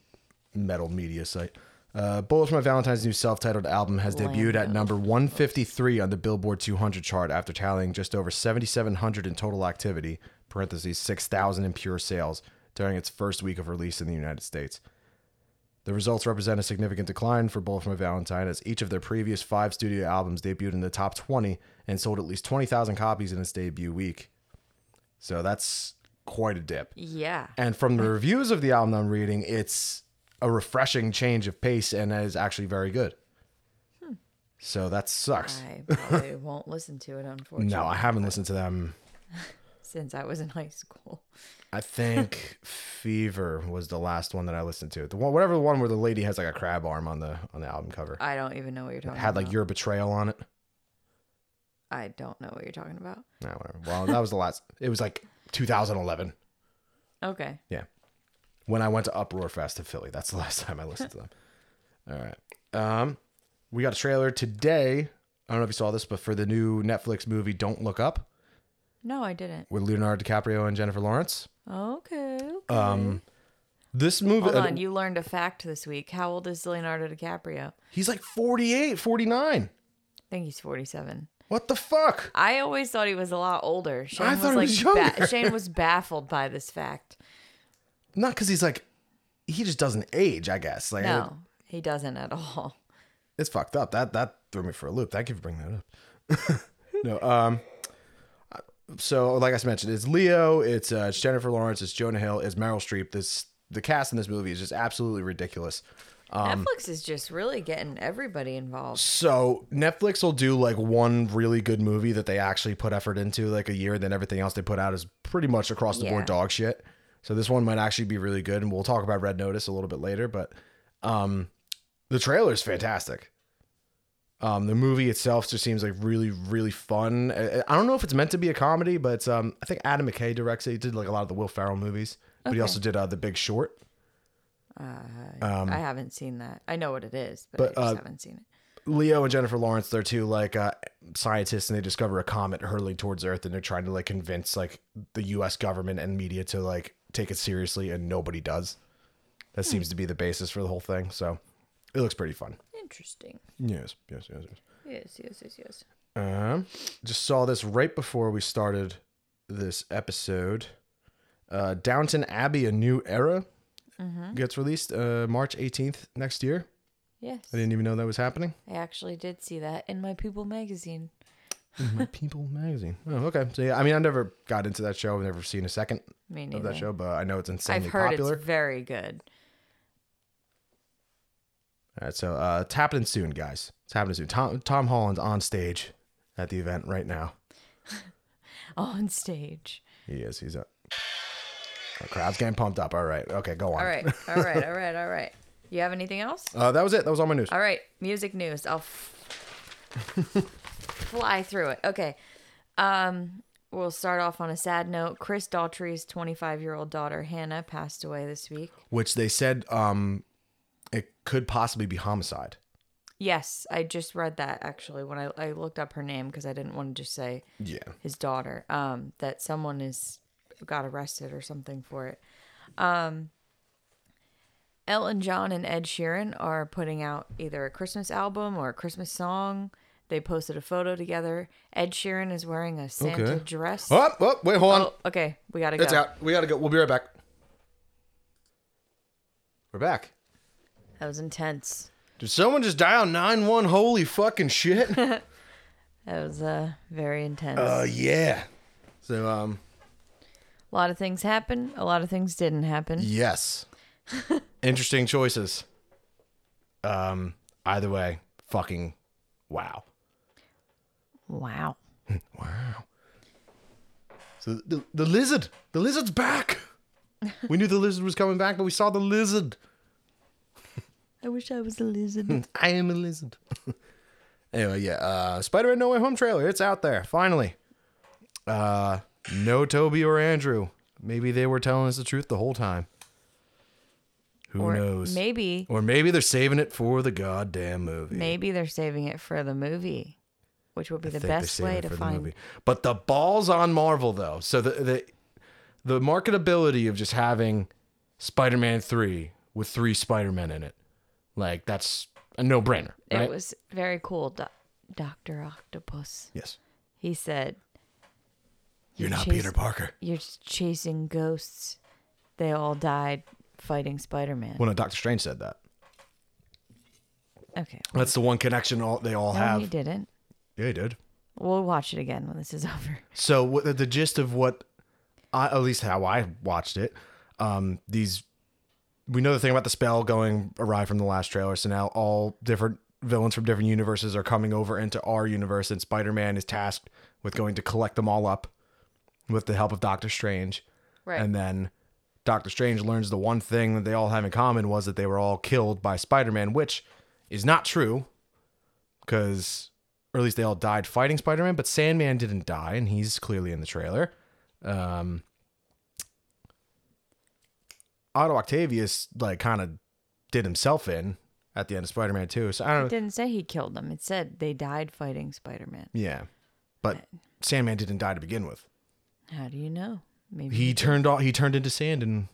a metal media site. Uh, "Bullet for My Valentine's" new self-titled album has
Lamb
debuted at number 153 on the Billboard 200 chart after tallying just over 7,700 in total activity (parentheses 6,000 in pure sales) during its first week of release in the United States. The results represent a significant decline for Bullet for My Valentine, as each of their previous five studio albums debuted in the top 20 and sold at least 20,000 copies in its debut week. So that's quite a dip.
Yeah.
And from the reviews of the album I'm reading, it's a refreshing change of pace and is actually very good. So that sucks.
I probably won't listen to it, unfortunately,
No, I haven't listened to them.
since I was in high school.
I think Fever was the last one that I listened to. The one, whatever the one where the lady has like a crab arm on the on the album cover.
I don't even know what you're talking
had like
about.
your betrayal on it.
I don't know what you're talking about.
Nah, whatever. Well, that was the last. It was like 2011.
Okay.
Yeah. When I went to Uproar Fest in Philly. That's the last time I listened to them. All right. Um, we got a trailer today. I don't know if you saw this, but for the new Netflix movie Don't Look Up
No, I didn't.
with Leonardo DiCaprio and Jennifer Lawrence.
Okay. okay.
Um, this movie, uh,
Hold on. You learned a fact this week. How old is Leonardo DiCaprio? I
he's like 48, 49.
think he's 47.
What the fuck?
I always thought he was a lot older. Shane
I
was
thought he
like
was younger.
ba- Shane was baffled by this fact.
Not because he's like, he just doesn't age, I guess. Like,
No, he doesn't at all.
it's fucked up. That that threw me for a loop. Thank you for bringing that up. no, um, so like I mentioned, it's Leo, it's uh, it's Jennifer Lawrence, it's Jonah Hill, it's Meryl Streep. This the cast in this movie is just absolutely ridiculous. Um,
Netflix is just really getting everybody involved.
So Netflix will do like one really good movie that they actually put effort into like a year, then everything else they put out is pretty much across the board
Yeah.
dog shit. So this one might actually be really good, and we'll talk about Red Notice a little bit later. But um, the trailer is fantastic. Um, the movie itself just seems like really, really fun. I, I don't know if it's meant to be a comedy, but it's, um, I think Adam McKay directs it. He did like a lot of the Will Ferrell movies, but he also did uh, The Big Short.
I haven't seen that. I know what it is, but,
um, but,
I just
uh,
haven't seen it.
Leo and Jennifer Lawrence, they're two like uh, scientists, and they discover a comet hurtling towards Earth, and they're trying to like convince like the U.S. government and media to like take it seriously, and nobody does. That seems to be the basis for the whole thing. So it looks pretty fun.
Interesting.
Yes, yes, yes, yes.
Yes, yes, yes, yes.
Uh-huh. Um, just saw this right before we started this episode. Uh, Downton Abbey: A New Era gets released uh, March 18th next year.
Yes.
I didn't even know that was happening.
I actually did see that in my People magazine.
My People magazine. Oh, okay. So yeah, I mean, I never got into that show. I've never seen a second
Me
of
neither.
that show, but I know it's
I've
insanely
heard
popular.
it's very good.
All right, so uh, it's happening soon, guys. It's happening soon. Tom Tom Holland's on stage at the event right now.
On stage.
He is. He's up. The crowd's getting pumped up. All right. Okay, go on.
All right. All right. All right. All right. You have anything else?
Uh, that was it. That was all my news.
All right, music news. I'll f- fly through it. Okay. Um, we'll start off on a sad note. Chris Daltrey's 25 year old daughter, Hannah, passed away this week.
Which they said um, it could possibly be homicide.
Yes, I just read that actually when I, I looked up her name because I didn't want to just say
Yeah.
his daughter um, that someone is got arrested or something for it. Um, Elton John and Ed Sheeran are putting out either a Christmas album or a Christmas song. They posted a photo together. Ed Sheeran is wearing a Santa
Okay.
dress.
Oh, oh wait, hold on.
Oh, okay, we gotta go.
it's out. We gotta go. We'll be right back. We're back.
That was intense.
Did someone just dial nine one? Holy fucking shit.
That was uh, very intense.
uh, yeah. So um,
a lot of things happened. A lot of things didn't happen.
Yes. Interesting choices. Um, either way, fucking wow.
Wow.
So the, the lizard, the lizard's back. We knew the lizard was coming back, but we saw the lizard.
I wish I was a lizard.
I am a lizard. anyway, yeah, uh, Spider-Man No Way Home trailer, it's out there finally. Uh, no Toby or Andrew. Maybe they were telling us the truth the whole time. Who
or
knows?
maybe,
or maybe they're saving it for the goddamn movie.
maybe they're saving it for the movie, which would be the
think they
best
saved
way
it
to
for the
find
movie. But the ball's on Marvel though. So the the the marketability of just having Spider-Man 3 with 3 Spider-Men in it. Like that's a no-brainer, right?
It was very cool. Do- Dr. Octopus.
yes.
He said,
You're not
chase-
Peter Parker.
You're just chasing ghosts. They all died fighting Spider Man.
Well, no, Doctor Strange said that.
Okay.
That's the one connection all they all
No,
have.
he didn't.
Yeah, he did.
We'll watch it again when this is over.
So what the, the gist of what I at least how I watched it, um, these we know the thing about the spell going awry from the last trailer, so now all different villains from different universes are coming over into our universe and Spider Man is tasked with going to collect them all up with the help of Doctor Strange.
Right.
And then Doctor Strange learns the one thing that they all have in common was that they were all killed by Spider Man, which is not true because, or at least they all died fighting Spider Man, but Sandman didn't die, and he's clearly in the trailer. Um, Otto Octavius, like, kind of did himself in at the end of Spider Man 2. So I
It
don't know.
didn't say he killed them. It said they died fighting Spider Man.
Yeah. But Sandman didn't die to begin with.
How do you know? Maybe.
he turned off he turned into sand and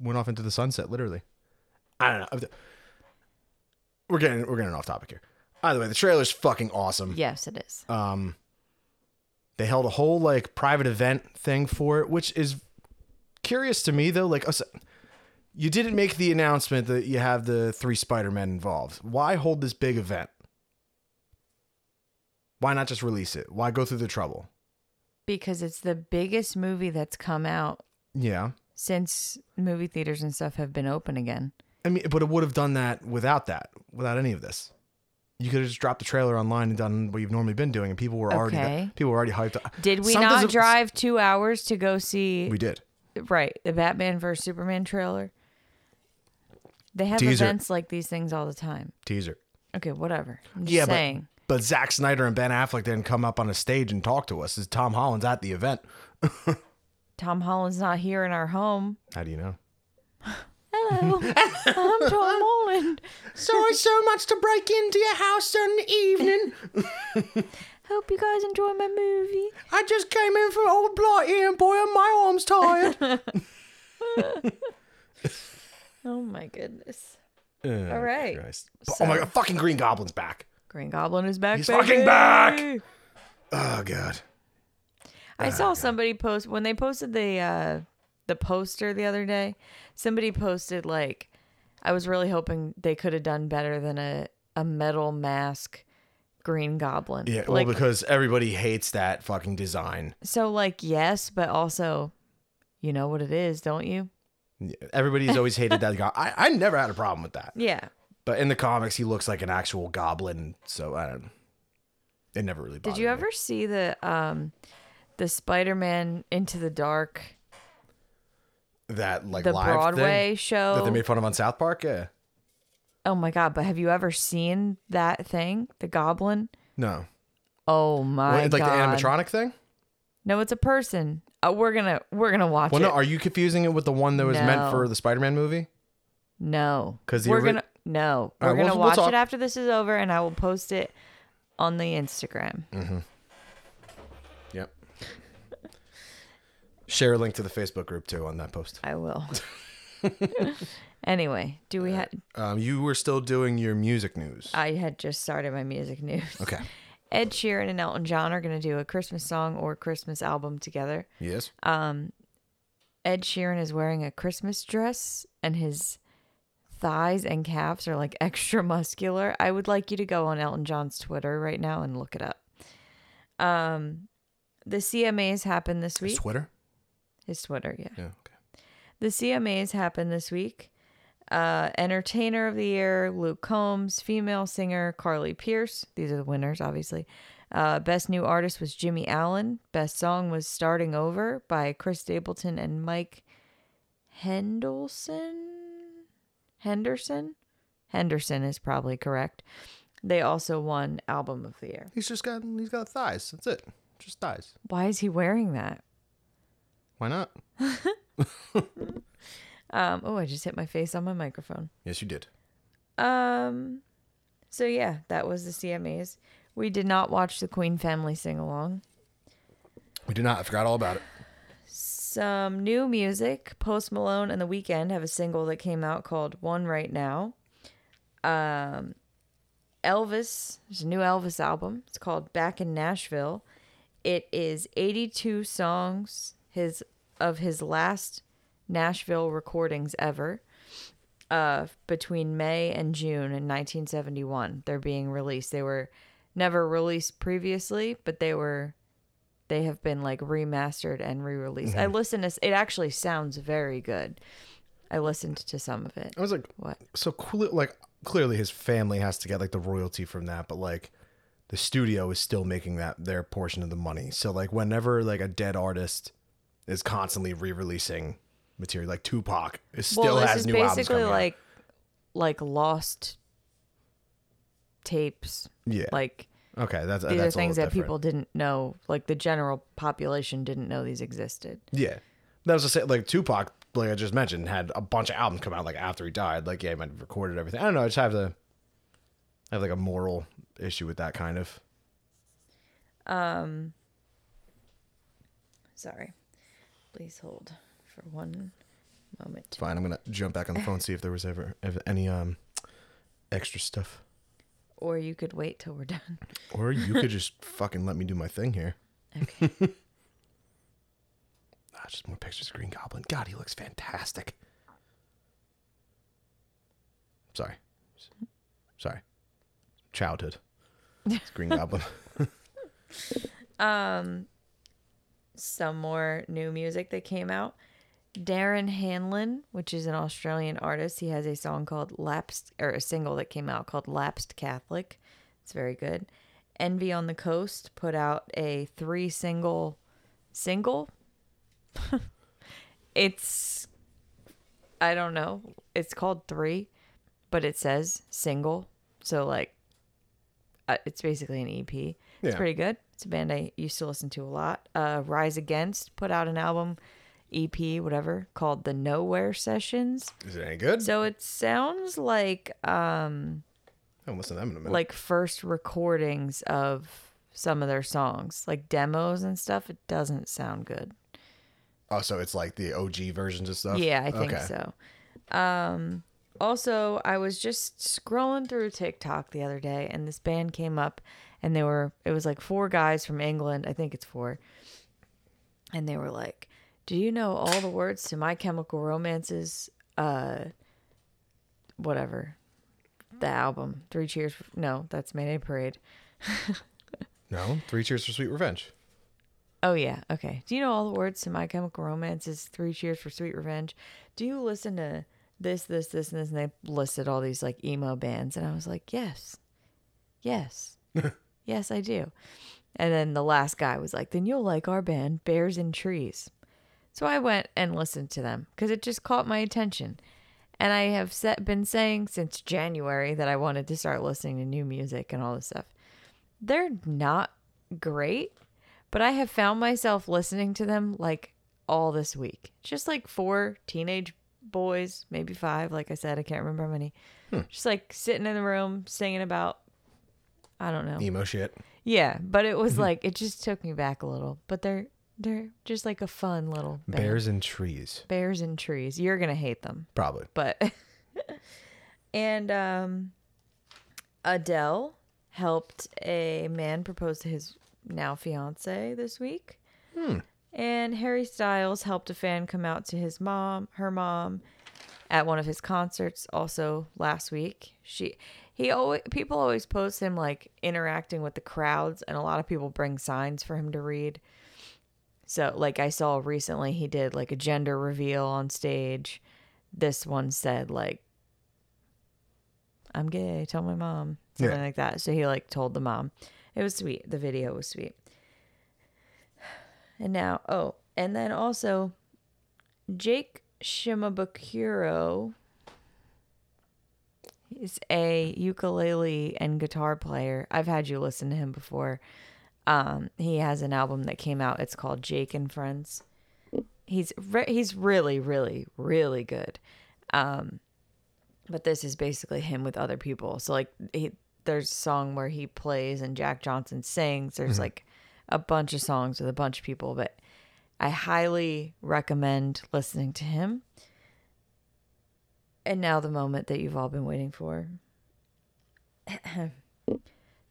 went off into the sunset literally i don't know we're getting we're getting off topic here either way the trailer's fucking awesome
yes, it is.
um they held a whole like private event thing for it which is curious to me though like us- you didn't make the announcement that you have the three spider-men involved why hold this big event why not just release it why go through the trouble
because it's the biggest movie that's come out
yeah
since movie theaters and stuff have been open again.
I mean, but it would have done that without that, without any of this. You could have just dropped the trailer online and done what you've normally been doing, and people were already
Okay.
people were already hyped. up.
Did we
Something's
not
a-
drive two hours to go see
We did.
Right, the Batman versus Superman trailer. They have
Teaser.
events like these things all the time.
Teaser.
Okay, whatever. I'm just
Yeah,
saying.
but but Zack Snyder and Ben Affleck didn't come up on a stage and talk to us. Is Tom Holland's at the event?
Tom Holland's not here in our home.
How do you know?
Hello, I'm Tom Holland.
Sorry so much to break into your house on the evening.
Hope you guys enjoy my movie.
I just came in from old Blighty and boy, are my arms tired.
Oh my goodness.
Uh,
all right.
Oh my god! Fucking Green Goblin's back.
Green Goblin is back.
He's
baby.
fucking back! Oh god.
I saw somebody post when they posted the uh, the poster the other day. Somebody posted like I was really hoping they could have done better than a a metal mask green goblin.
Yeah, well,
like
because everybody hates that fucking design.
so like yes, but also you know what it is, don't you?
Everybody's always hated that guy. I, I never had a problem with that.
Yeah.
But in the comics, he looks like an actual goblin, so I don't. It never really.
Did
bothered
you
me.
ever see the um the Spider-Man Into the Dark,
that like
the
live
Broadway
thing
show?
that they made fun of on South Park? Yeah.
oh my god, but have you ever seen that thing, the goblin?
No.
Oh my
Well, like
god.
the animatronic thing.
No, it's a person. Uh, we're gonna we're gonna watch
Well,
it.
no. Are you confusing it with the one that was
No.
meant for the Spider-Man movie?
no,
'Cause the
we're
ori-
gonna no, we're
right,
gonna
we'll- we'll
watch
talk.
it after this is over, and I will post it on the Instagram.
Mm. Yep. Share a link to the Facebook group too on that post.
I will. anyway, do we have?
Um, you were still doing your music news.
I had just started my music news.
okay.
Ed Sheeran and Elton John are gonna do a Christmas song or Christmas album together.
Yes.
uh, Ed Sheeran is wearing a Christmas dress and his thighs and calves are like extra muscular. I would like you to go on Elton John's Twitter right now and look it up. Um the CMAs happened this
It's
week.
Twitter.
His Twitter, yeah.
Yeah. Okay.
The CMAs happened this week. Uh, Entertainer of the Year, Luke Combs, female singer Carly Pierce. These are the winners, obviously. Uh, best new artist was Jimmy Allen. Best song was Starting Over by Chris Stapleton and Mike Hendelson. Henderson? Henderson is probably correct. They also won Album of the Year.
He's just got he's got thighs. That's it. Just thighs.
Why is he wearing that?
Why not?
Um, oh, I just hit my face on my microphone.
Yes, you did.
Um. So yeah, that was the CMAs. We did not watch the Queen family sing along.
We did not. I forgot all about it.
Some new music. Post Malone and The Weeknd have a single that came out called "One Right Now." Um, Elvis. There's a new Elvis album. It's called "Back in Nashville." It is 82 songs his of his last Nashville recordings ever. uh, between May and June in 1971. They're being released. They were never released previously, but they were they have been like remastered and re-released.
Mm-hmm.
I listened to s- it actually sounds very good. I listened to some of it.
I was like,
What?
so cle- like clearly his family has to get like the royalty from that, but like the studio is still making that their portion of the money. So like whenever like a dead artist is constantly re-releasing material, like Tupac is still
well, this
has
is
new albums
basically
coming
like like lost tapes.
out. Yeah.
Like
okay, that's
these
that's
are things
a
that
little different.
people didn't know, like the general population didn't know these existed.
Yeah, that was the same. Like Tupac, like I just mentioned, had a bunch of albums come out like after he died. Like yeah, he might have recorded everything. I don't know. I just have the I have like a moral issue with that kind of.
Sorry. Please hold for one moment.
Fine, I'm gonna jump back on the phone see if there was ever if any um extra stuff,
Or you could wait till we're done.
or you could just fucking let me do my thing here.
Okay.
Ah, just more pictures of Green Goblin. God, he looks fantastic. Sorry, sorry, childhood. It's Green Goblin.
Some more new music that came out. Darren Hanlon, which is an Australian artist, he has a song called Lapsed, or a single that came out called Lapsed Catholic. It's very good. Envy on the Coast put out a three single single. it's, I don't know. It's called three, but it says single. So, like, uh, it's basically an EP. It's
Yeah.
pretty good. It's a band I used to listen to a lot. Uh, Rise Against put out an album, EP, whatever, called The Nowhere Sessions.
Is it any good?
So it sounds like um,
I haven't listened to them in a minute.
like first recordings of some of their songs, like demos and stuff. It doesn't sound good.
Oh, so it's like the OG versions of stuff.
Yeah, I think
Okay.
so. Um, also, I was just scrolling through TikTok the other day, and this band came up, and they were it was like four guys from England. I think it's four, and they were like, Do you know all the words to My Chemical Romance's uh whatever the album Three Cheers? For, no, that's Mayday Parade.
No, Three Cheers for Sweet Revenge.
Oh yeah, okay. Do you know all the words to My Chemical Romance's Three Cheers for Sweet Revenge? Do you listen to this, this, this, and this? And they listed all these like emo bands, and I was like, yes, yes, yes, I do. And then the last guy was like, then you'll like our band, Bears and Trees. So I went and listened to them because it just caught my attention. And I have set, been saying since January that I wanted to start listening to new music and all this stuff. They're not great, but I have found myself listening to them like all this week. Just like four teenage boys, maybe five, like I said, I can't remember how many. Just like sitting in the room singing about, I don't know.
Emo shit.
Yeah, but it was like it just took me back a little. But they're they're just like a fun little band.
Bears and trees.
bears and trees. You're gonna hate them,
Probably.
but and um, Adele helped a man propose to his now fiance this week, and Harry Styles helped a fan come out to his mom, her mom, at one of his concerts also last week. She he always people always post him like interacting with the crowds and a lot of people bring signs for him to read. So like I saw recently he did like a gender reveal on stage. This one said like I'm gay, tell my mom. Something
Yeah.
like that. So he like told the mom. It was sweet. The video was sweet. And now oh, and then also Jake Shimabukuro is a ukulele and guitar player. I've had you listen to him before. Um, he has an album that came out. It's called Jake and Friends. He's re- he's really really really good. Um, but this is basically him with other people. So like he, there's a song where he plays and Jack Johnson sings. There's like a bunch of songs with a bunch of people, but I highly recommend listening to him. And now the moment that you've all been waiting for.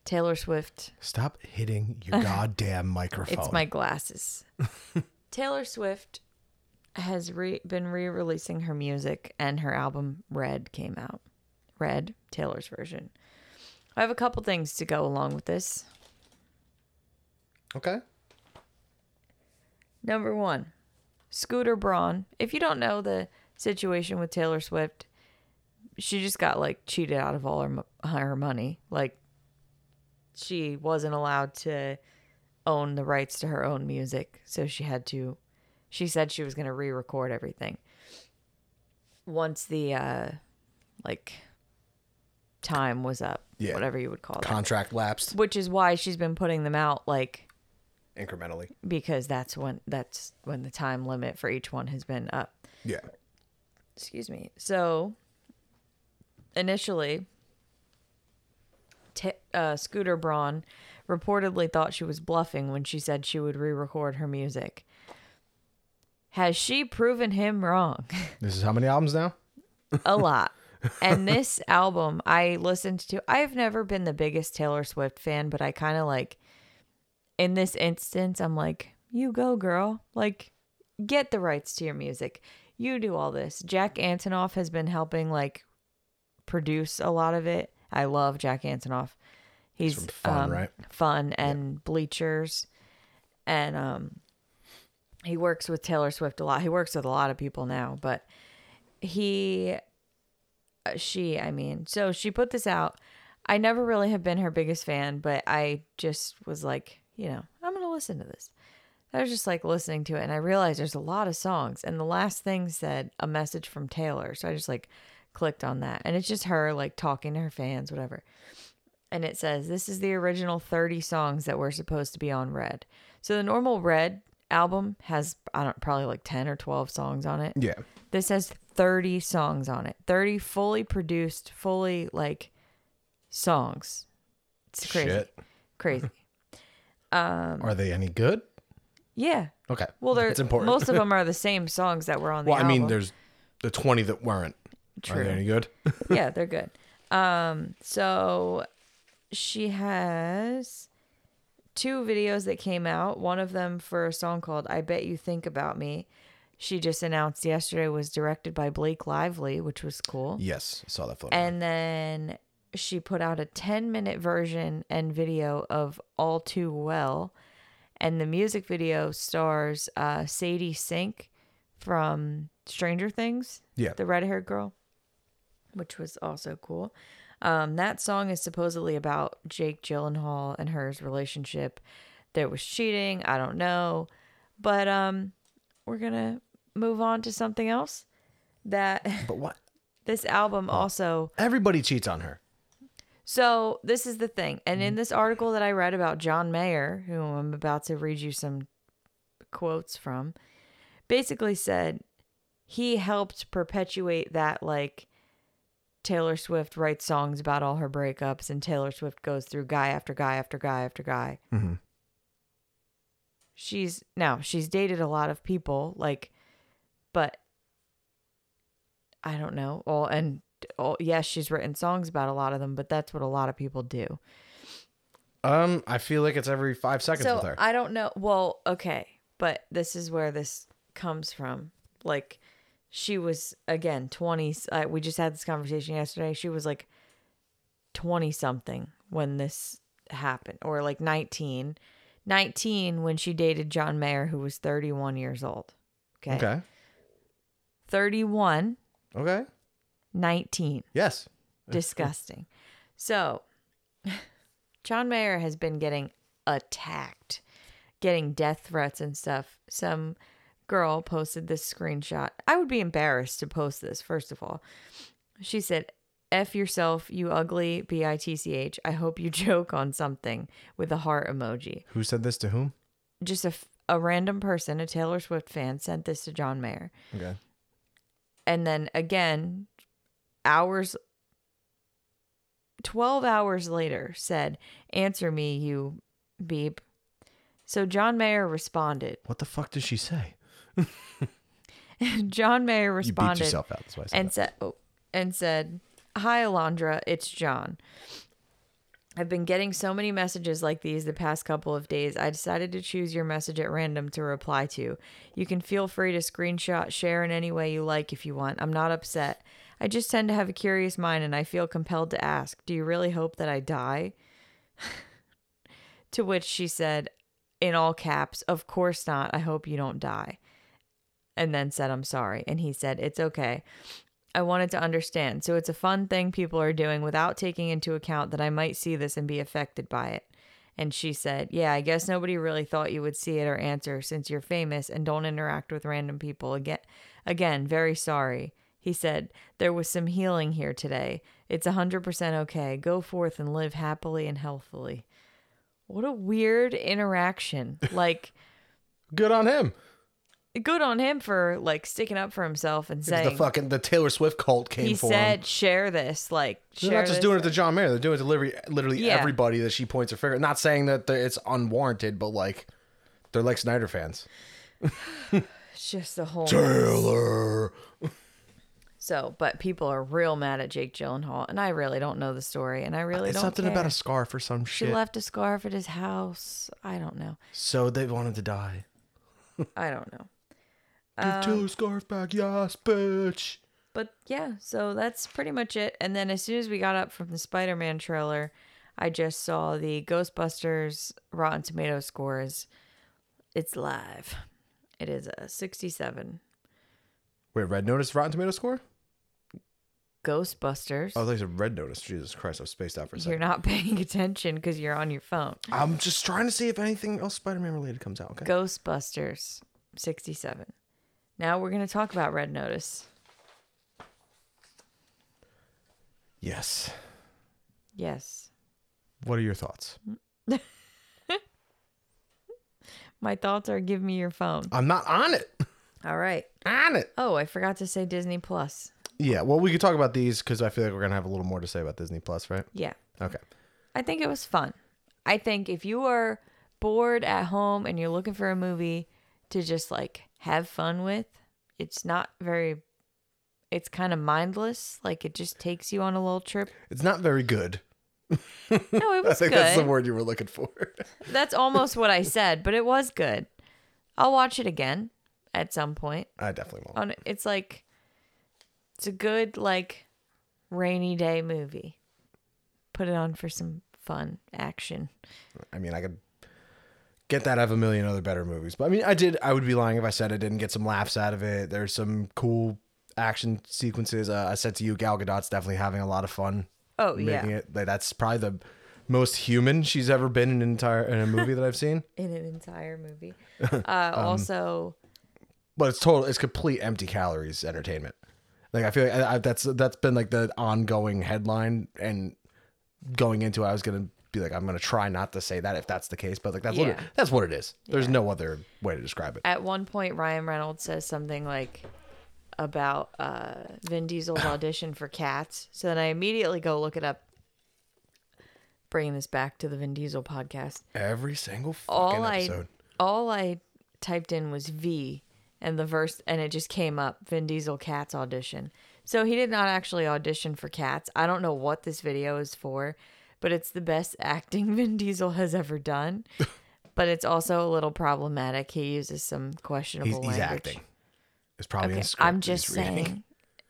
Taylor Swift
Stop hitting your goddamn microphone.
it's my glasses. Taylor Swift has re- been re-releasing her music, and her album Red came out. Red, Taylor's version. I have a couple things to go along with this.
okay.
Number one, Scooter Braun. If you don't know the situation with Taylor Swift, she just got like cheated out of all her, mo- her money. Like, she wasn't allowed to own the rights to her own music. So she had to, she said she was going to re record everything. Once the, uh, like, time was up,
Yeah.
whatever you would call that.
Contract lapsed
Which is why she's been putting them out like
incrementally.
because that's when that's when the time limit for each one has been up.
Yeah.
Excuse me. So initially, t- uh, Scooter Braun reportedly thought she was bluffing when she said she would re-record her music. Has she proven him wrong?
This is how many albums now?
a lot. And this album I listened to. I've never been the biggest Taylor Swift fan, but I kind of like in this instance I'm like, "You go, girl. Like get the rights to your music. You do all this." Jack Antonoff has been helping like produce a lot of it. I love Jack Antonoff. He's
from Fun,
um,
right?
Fun and Bleachers and um he works with Taylor Swift a lot. He works with a lot of people now, but he uh, she, I mean, so she put this out. I never really have been her biggest fan, but I just was like, you know, I'm going to listen to this. I was just like listening to it and I realized there's a lot of songs and the last thing said a message from Taylor. So I just like clicked on that and it's just her like talking to her fans, whatever and it says this is the original 30 songs that were supposed to be on red so the normal red album has i don't probably like 10 or 12 songs on it
Yeah.
this has 30 songs on it 30 fully produced fully like songs it's crazy
Shit.
crazy
Are they any good?
yeah
Okay.
well they're
It's important.
most of them are the same songs that were on the
well, I
album.
mean, there's the 20 that weren't. Are
True.
they any good?
yeah, they're good. Um, so she has two videos that came out. One of them for a song called I Bet You Think About Me. She just announced yesterday was directed by Blake Lively, which was cool.
Yes, I saw that floating. around.
And then she put out a 10 minute version and video of All Too Well. And the music video stars uh, Sadie Sink from Stranger Things,
yeah,
the red haired girl, which was also cool. Um, that song is supposedly about Jake Gyllenhaal and her relationship. There was cheating. I don't know. But um, we're going to move on to something else that
but what?
this album also.
Everybody cheats on her.
So this is the thing, and in this article that I read about John Mayer, who I'm about to read you some quotes from, basically said he helped perpetuate that like Taylor Swift writes songs about all her breakups, and Taylor Swift goes through guy after guy after guy after guy.
Mm-hmm.
She's now she's dated a lot of people, like, but I don't know. All and all, yes, she's written songs about a lot of them, but that's what a lot of people do.
Um, I feel like it's every five seconds with
So
her.
I don't know. Well, okay, but this is where this comes from. Like, she was again twenty. Uh, we just had this conversation yesterday. She was like twenty something when this happened, or like 19. 19 when she dated John Mayer, who was thirty one years old. Okay,
okay.
thirty one,
Okay.
nineteen.
Yes.
disgusting. So, John Mayer has been getting attacked, getting death threats and stuff. Some girl posted this screenshot. I would be embarrassed to post this, first of all. She said, F yourself, you ugly B I T C H. I hope you joke on something with a heart emoji.
Who said this to whom?
Just a, f- a random person, a Taylor Swift fan, sent this to John Mayer.
Okay.
And then again, hours, 12 hours later, said, Answer me, you beep. So John Mayer responded.
What the fuck did she say?
John Mayer
You beat
responded
yourself out. That's why I said
and said, oh, and said, Hi, Alondra, it's John. I've been getting so many messages like these the past couple of days. I decided to choose your message at random to reply to. You can feel free to screenshot, share in any way you like if you want. I'm not upset. I just tend to have a curious mind and I feel compelled to ask, Do you really hope that I die? to which she said, in all caps, Of course not. I hope you don't die. And then said, I'm sorry. And he said, It's okay. I wanted to understand. So it's a fun thing people are doing without taking into account that I might see this and be affected by it. And she said, Yeah, I guess nobody really thought you would see it or answer since you're famous and don't interact with random people again. Again, very sorry. He said, There was some healing here today. It's 100% okay. Go forth and live happily and healthily. What a weird interaction. Like,
Good on him.
good on him for like sticking up for himself and
Because the
saying,
fucking the Taylor Swift cult came
he
for him.
said, share this. Like,
They're
share
not just
this.
doing it to John Mayer. They're doing it to literally, literally
Yeah.
everybody that she points her finger. Not saying that they're- it's unwarranted, but like they're like Snyder fans.
It's just a whole.
Taylor.
So, but people are real mad at Jake Gyllenhaal, and I really don't know the story, and I really
It's
don't.
something
care.
about a scarf or some
She
shit.
left a scarf at his house. I don't know.
So they wanted to die. Um,
I don't know.
Give Taylor scarf back, yes, bitch.
But yeah, so that's pretty much it. And then as soon as we got up from the Spider Man trailer, I just saw the Ghostbusters Rotten Tomato scores. It's live. It is a 67.
Wait, Red Notice Rotten Tomato score?
Ghostbusters.
Oh, there's a Red Notice. Jesus Christ, I was spaced out for a
you're
second.
not paying attention because you're on your phone.
I'm just trying to see if anything else Spider-Man related comes out. Okay.
Ghostbusters 67. Now we're going to talk about Red Notice.
Yes.
Yes.
What are your thoughts?
Mm-hmm. My thoughts are give me your phone.
I'm not on it.
All right.
on it.
Oh, I forgot to say Disney Plus.
Yeah. Well, we could talk about these because I feel like we're gonna have a little more to say about Disney Plus, right?
Yeah.
Okay.
I think it was fun. I think if you are bored at home and you're looking for a movie to just like have fun with, it's not very it's kind of mindless. Like it just takes you on a little trip.
It's not very good.
No, it was
I think
good.
that's the word you were looking for.
That's almost what I said, but it was good. I'll watch it again at some point.
I definitely won't.
On it's like it's a good like rainy day movie. Put it on for some fun action. Oh.
I mean, I could get that out of a million other better movies. But I mean, I did. I would be lying if I said I didn't get some laughs out of it. There's some cool action sequences. Uh, I said to you, Gal Gadot's definitely having a lot of fun
Oh
making
yeah.
it. Like, that's probably the most human she's ever been in an entire in a movie that I've seen.
In an entire movie. Uh also
But it's total. It's complete empty calories entertainment. Like I feel like I, I, that's that's been like the ongoing headline and going into it, I was gonna be like I'm gonna try not to say that if that's the case, but like that's what it,
Yeah.
that's what it is. There's no other way to describe it.
at one point Ryan Reynolds says something like about uh, Vin Diesel's audition for Cats. So then I immediately go look it up. Bringing this back to the Vin Diesel podcast.
Every single fucking
all
episode.
I all I typed in was V and the verse and it just came up Vin Diesel Cats audition. So he did not actually audition for Cats. I don't know what this video is for, but it's the best acting Vin Diesel has ever done. but it's also a little problematic. He uses some questionable
he's, he's
language.
acting. It's probably in
Okay,
script
I'm
that he's
just
reading.
saying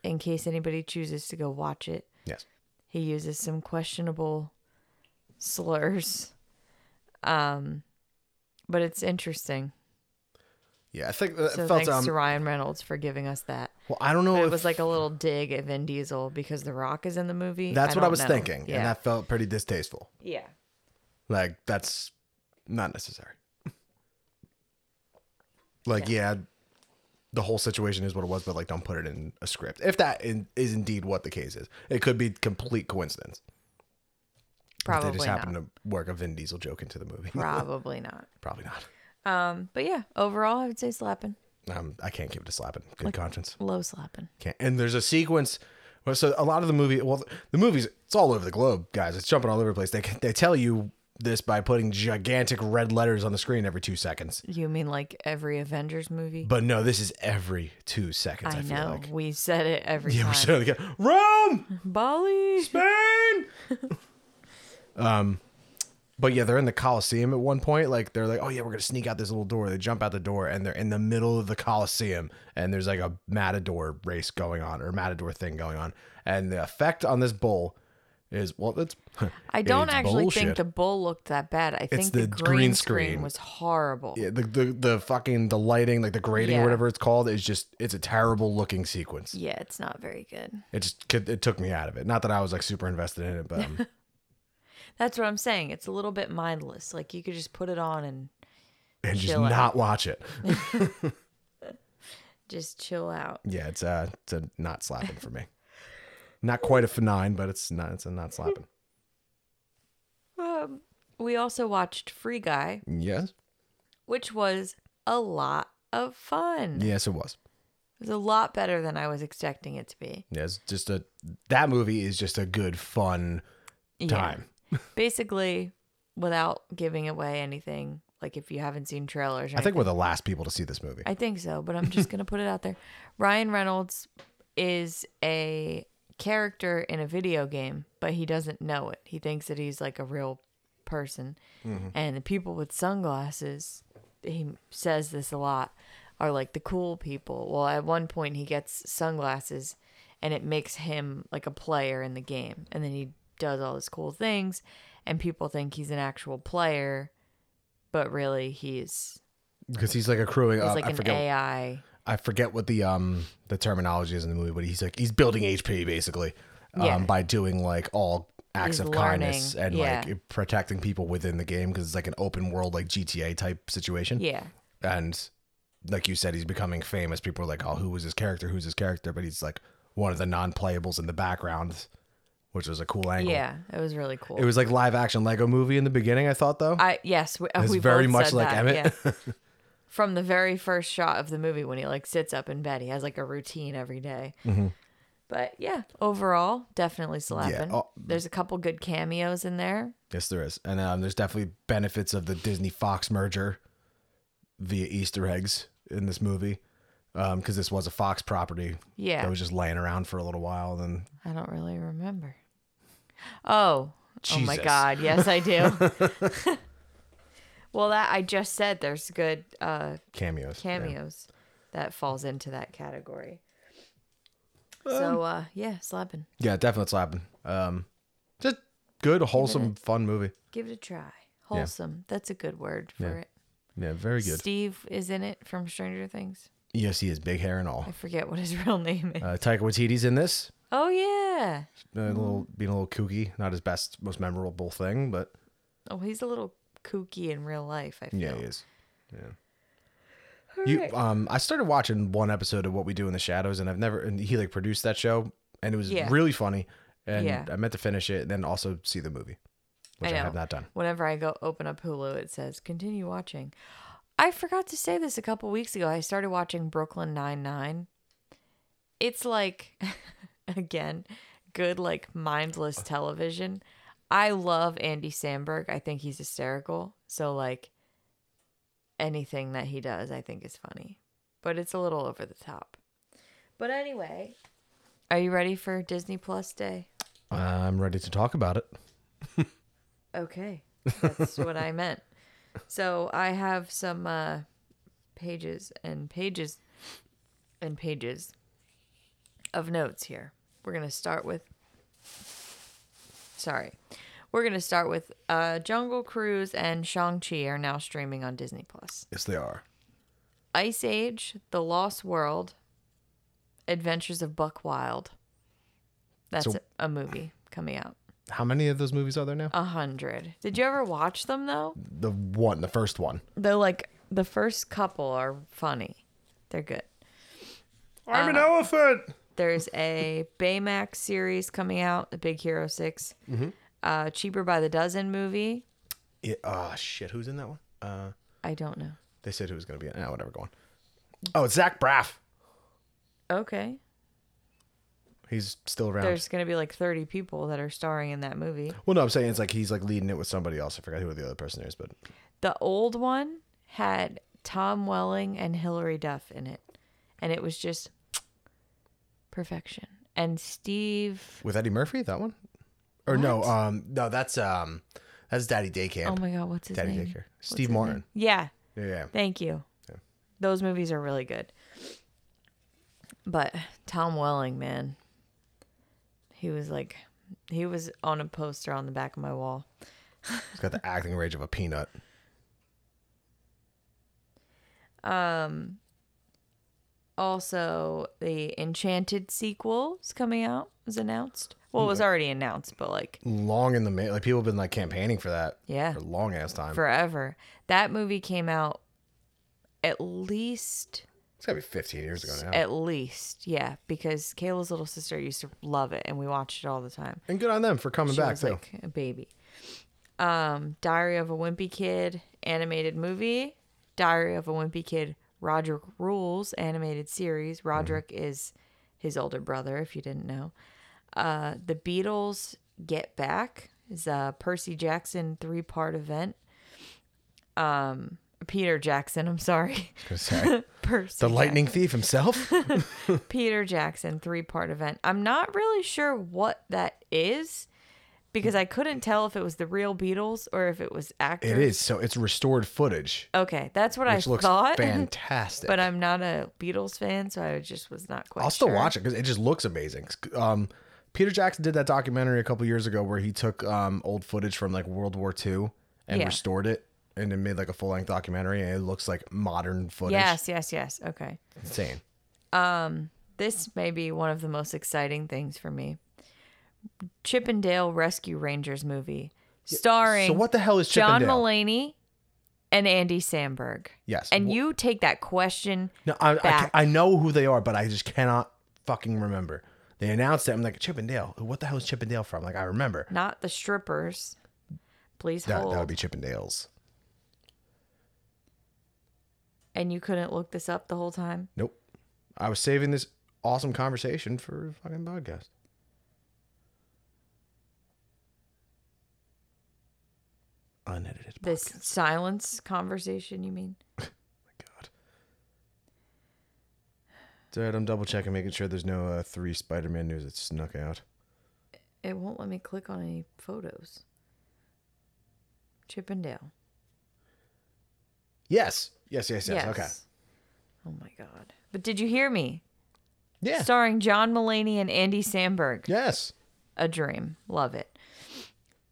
in case anybody chooses to go watch it
Yes.
he uses some questionable slurs um but it's interesting
Yeah, I think that
so
felt.
thanks
Um,
to ryan reynolds for giving us that
well, I don't know
it
if
was like a little dig at vin diesel because the rock is in the movie
that's what I
don't
was
know.
thinking,
yeah
and that felt pretty distasteful.
yeah
Like that's not necessary. like yeah. the whole situation is what it was, but like don't put it in a script. If that in, is indeed what the case is, it could be complete coincidence. If
probably
they just
not
happened to work a Vin Diesel joke into the movie.
probably not
probably not.
um but yeah overall i would say slapping
Um, I can't give it a slapping. Good conscience.
low slapping
Can't. And there's a sequence. well, So a lot of the movie, well, the movies, it's all over the globe, guys. It's jumping all over the place. They they tell you this by putting gigantic red letters on the screen every two seconds.
you mean like every avengers movie
But no, this is every two seconds. I,
i,
feel
know
like.
we said it every
Yeah,
time
we're still like, Rome,
bali
Spain. um, but yeah, they're in the Coliseum at one point. Like they're like, oh yeah, we're gonna sneak out this little door. They jump out the door and they're in the middle of the Coliseum, and there's like a matador race going on or matador thing going on, and the effect on this bull is well, it's
I don't
it's
actually
bullshit.
think the bull looked that bad. I think
the
the, green,
green
screen.
screen.
was horrible.
Yeah, the, the the fucking the lighting, like the grading, or
Yeah.
whatever it's called, is just it's a terrible looking sequence.
Yeah, it's not very good.
It just could- it took me out of it. Not that I was like super invested in it, but um,
That's what I'm saying. It's a little bit mindless. Like you could just put it on and
and just
Chill out.
not watch it.
just chill out.
Yeah, it's uh it's a not slapping for me. Not quite a nine, but it's not it's a not slapping.
Um, we also watched Free Guy,
Yes.
which was a lot of fun.
Yes, it was.
It was a lot better than I was expecting it to be.
Yeah, it's just a that movie is just a good fun
Yeah.
time.
Basically, without giving away anything, like if you haven't seen trailers, or
I think we're the last people to see this movie.
I think so, but I'm just going to put it out there. Ryan Reynolds is a character in a video game, but he doesn't know it. He thinks that he's like a real person.
Mm-hmm.
And the people with sunglasses, he says this a lot, are like the cool people. Well, at one point, he gets sunglasses and it makes him like a player in the game. And then he does all his cool things, and people think he's an actual player, but really he's,
Because he's like accruing
he's
up.
like
Uh, I
an
forget
AI.
I forget what the um the terminology is in the movie, but he's like he's building HP basically. Um
Yeah.
by doing like all acts
He's
of kindness
learning,
and
yeah.
like protecting people within the game because it's like an open world like GTA type situation.
Yeah.
and like you said, he's becoming famous. People are like, "Oh, who was his character? Who's his character?" But he's like one of the non-playables in the background, which was a cool angle.
Yeah. It was really cool.
it was like live action Lego movie in the beginning. I thought though,
I yes, we,
It's
we
very
both
much
said
like
that,
Emmett.
yeah. From the very first shot of the movie when he like sits up in bed, he has like a routine every day.
Mm-hmm.
But yeah, overall, definitely slapping.
oh.
There's a couple good cameos in there.
yes, there is, and um, there's definitely benefits of the Disney Fox merger via Easter eggs in this movie, because this was a Fox property
Yeah.
that was just laying around for a little while. And
I don't really remember. Oh, Oh my
Jesus.
god, yes I do. well, that I just said there's good uh
Cameos. yeah.
cameos that falls into that category.
Um,
So uh yeah, slapping.
Yeah, definitely slapping. Um, just good, wholesome, fun movie.
Give it a try. Wholesome. That's a good word for
Yeah,
it.
Yeah, very good.
Steve is in it from Stranger Things.
Yes, he is big hair and all.
I forget what his real name is.
Uh, Taika Waititi's in this.
oh yeah.
A
Mm-hmm.
little being a little kooky, not his best, most memorable thing, but
Oh, he's a little kooky in real life, I feel.
yeah, he is. Yeah. You, um, I started watching one episode of What We Do in the Shadows, and I've never. And he like produced that show, and it was
Yeah.
really funny. And
Yeah.
I meant to finish it, and then also see the movie, which I,
know.
have not done.
Whenever I go open up Hulu, it says continue watching. I forgot to say this a couple weeks ago. I started watching Brooklyn Nine Nine. It's like, again, good like mindless television. I love Andy Samberg. I think he's hysterical. So like, anything that he does, I think is funny. But it's a little over the top. But anyway, are you ready for Disney Plus Day?
I'm ready to talk about it.
Okay. That's what I meant. So I have some uh, pages and pages and pages of notes here. We're going to start with. Sorry. We're going to start with uh, Jungle Cruise and Shang-Chi are now streaming on Disney Plus.
Yes, they are.
Ice Age, The Lost World, Adventures of Buck Wild. That's
So-
a movie coming out.
How many of those movies are there now?
A hundred. Did you ever watch them though?
the one, the first one.
They're like the first couple are funny. They're good.
I'm an elephant.
There's a Baymax series coming out, The Big Hero 6
Mm-hmm.
uh, Cheaper by the Dozen movie.
Yeah, oh shit, who's in that one? Uh,
I don't know.
they said who was gonna be in. it. Ah, whatever. Go on. Oh, it's Zach Braff.
Okay.
He's still around.
There's going to be like 30 people that are starring in that movie.
Well, no, I'm saying it's like he's like leading it with somebody else. I forgot who the other person is, but
The old one had Tom Welling and Hilary Duff in it, and it was just perfection. And Steve.
with Eddie Murphy, that one. Or no, um, no, that's um, that's Daddy Day
Oh
Camp.
my God, what's his
Daddy
name?
Daycare. Steve Martin.
Yeah.
Yeah, yeah.
Thank you. Those movies are really good. But Tom Welling, man, he was like, he was on a poster on the back of my wall.
He's got the acting range of a peanut.
Also, the Enchanted sequel is coming out, was announced. Well, it was already announced, but like
Long in the ma- like people have been like campaigning for that.
Yeah.
For a long ass time.
forever. That movie came out at least
it's gotta be 15 years ago now.
at least yeah because kayla's little sister used to love it and we watched it all the time
and good on them for coming
she
back
was
too.
like a baby. Um, Diary of a Wimpy Kid animated movie, Diary of a Wimpy Kid Roderick Rules animated series.
Mm-hmm.
Roderick is his older brother, if you didn't know. Uh, the Beatles Get Back is a Percy Jackson three part event. Um, Peter Jackson, I'm sorry,
Sorry.
Percy.
The
Jackson.
lightning thief himself.
Peter Jackson three part event. I'm not really sure what that is because I couldn't tell if it was the real Beatles or if it was actors.
it is. So it's restored footage,
Okay, that's what
which
I
looks
thought.
fantastic.
but I'm not a Beatles fan, so I just was not quite
I'll still
sure.
watch it because it just looks amazing. Um, Peter Jackson did that documentary a couple years ago where he took um, old footage from like World War II and
Yeah.
restored it and then made like a full length documentary and it looks like modern footage.
Yes, yes, yes. Okay.
Insane.
This may be one of the most exciting things for me. Chippendale Rescue Rangers movie starring
So what the hell is Chip
John
and Dale?
Mulaney and Andy Samberg.
Yes.
And
Wh-
you take that question
No, I, I, ca-
back.
I know who they are, but I just cannot fucking remember. They announced it. I'm like, Chip and Dale. What the hell is Chip and Dale from? Like, I remember.
not the strippers. Please
That,
hold.
that would be Chip and Dale's.
and you couldn't look this up the whole time.
Nope. I was saving this awesome conversation for a fucking podcast. Unedited. Oh
This silence conversation, you mean?
My God. It's all right. I'm double checking, making sure there's no uh, three Spider Man news that snuck out.
It won't let me click on any photos. Chippendale.
Yes. Yes, yes, yes. Okay.
Okay. Oh my god. But did you hear me?
Yeah.
Starring John Mulaney and Andy Samberg.
yes.
A dream. Love it.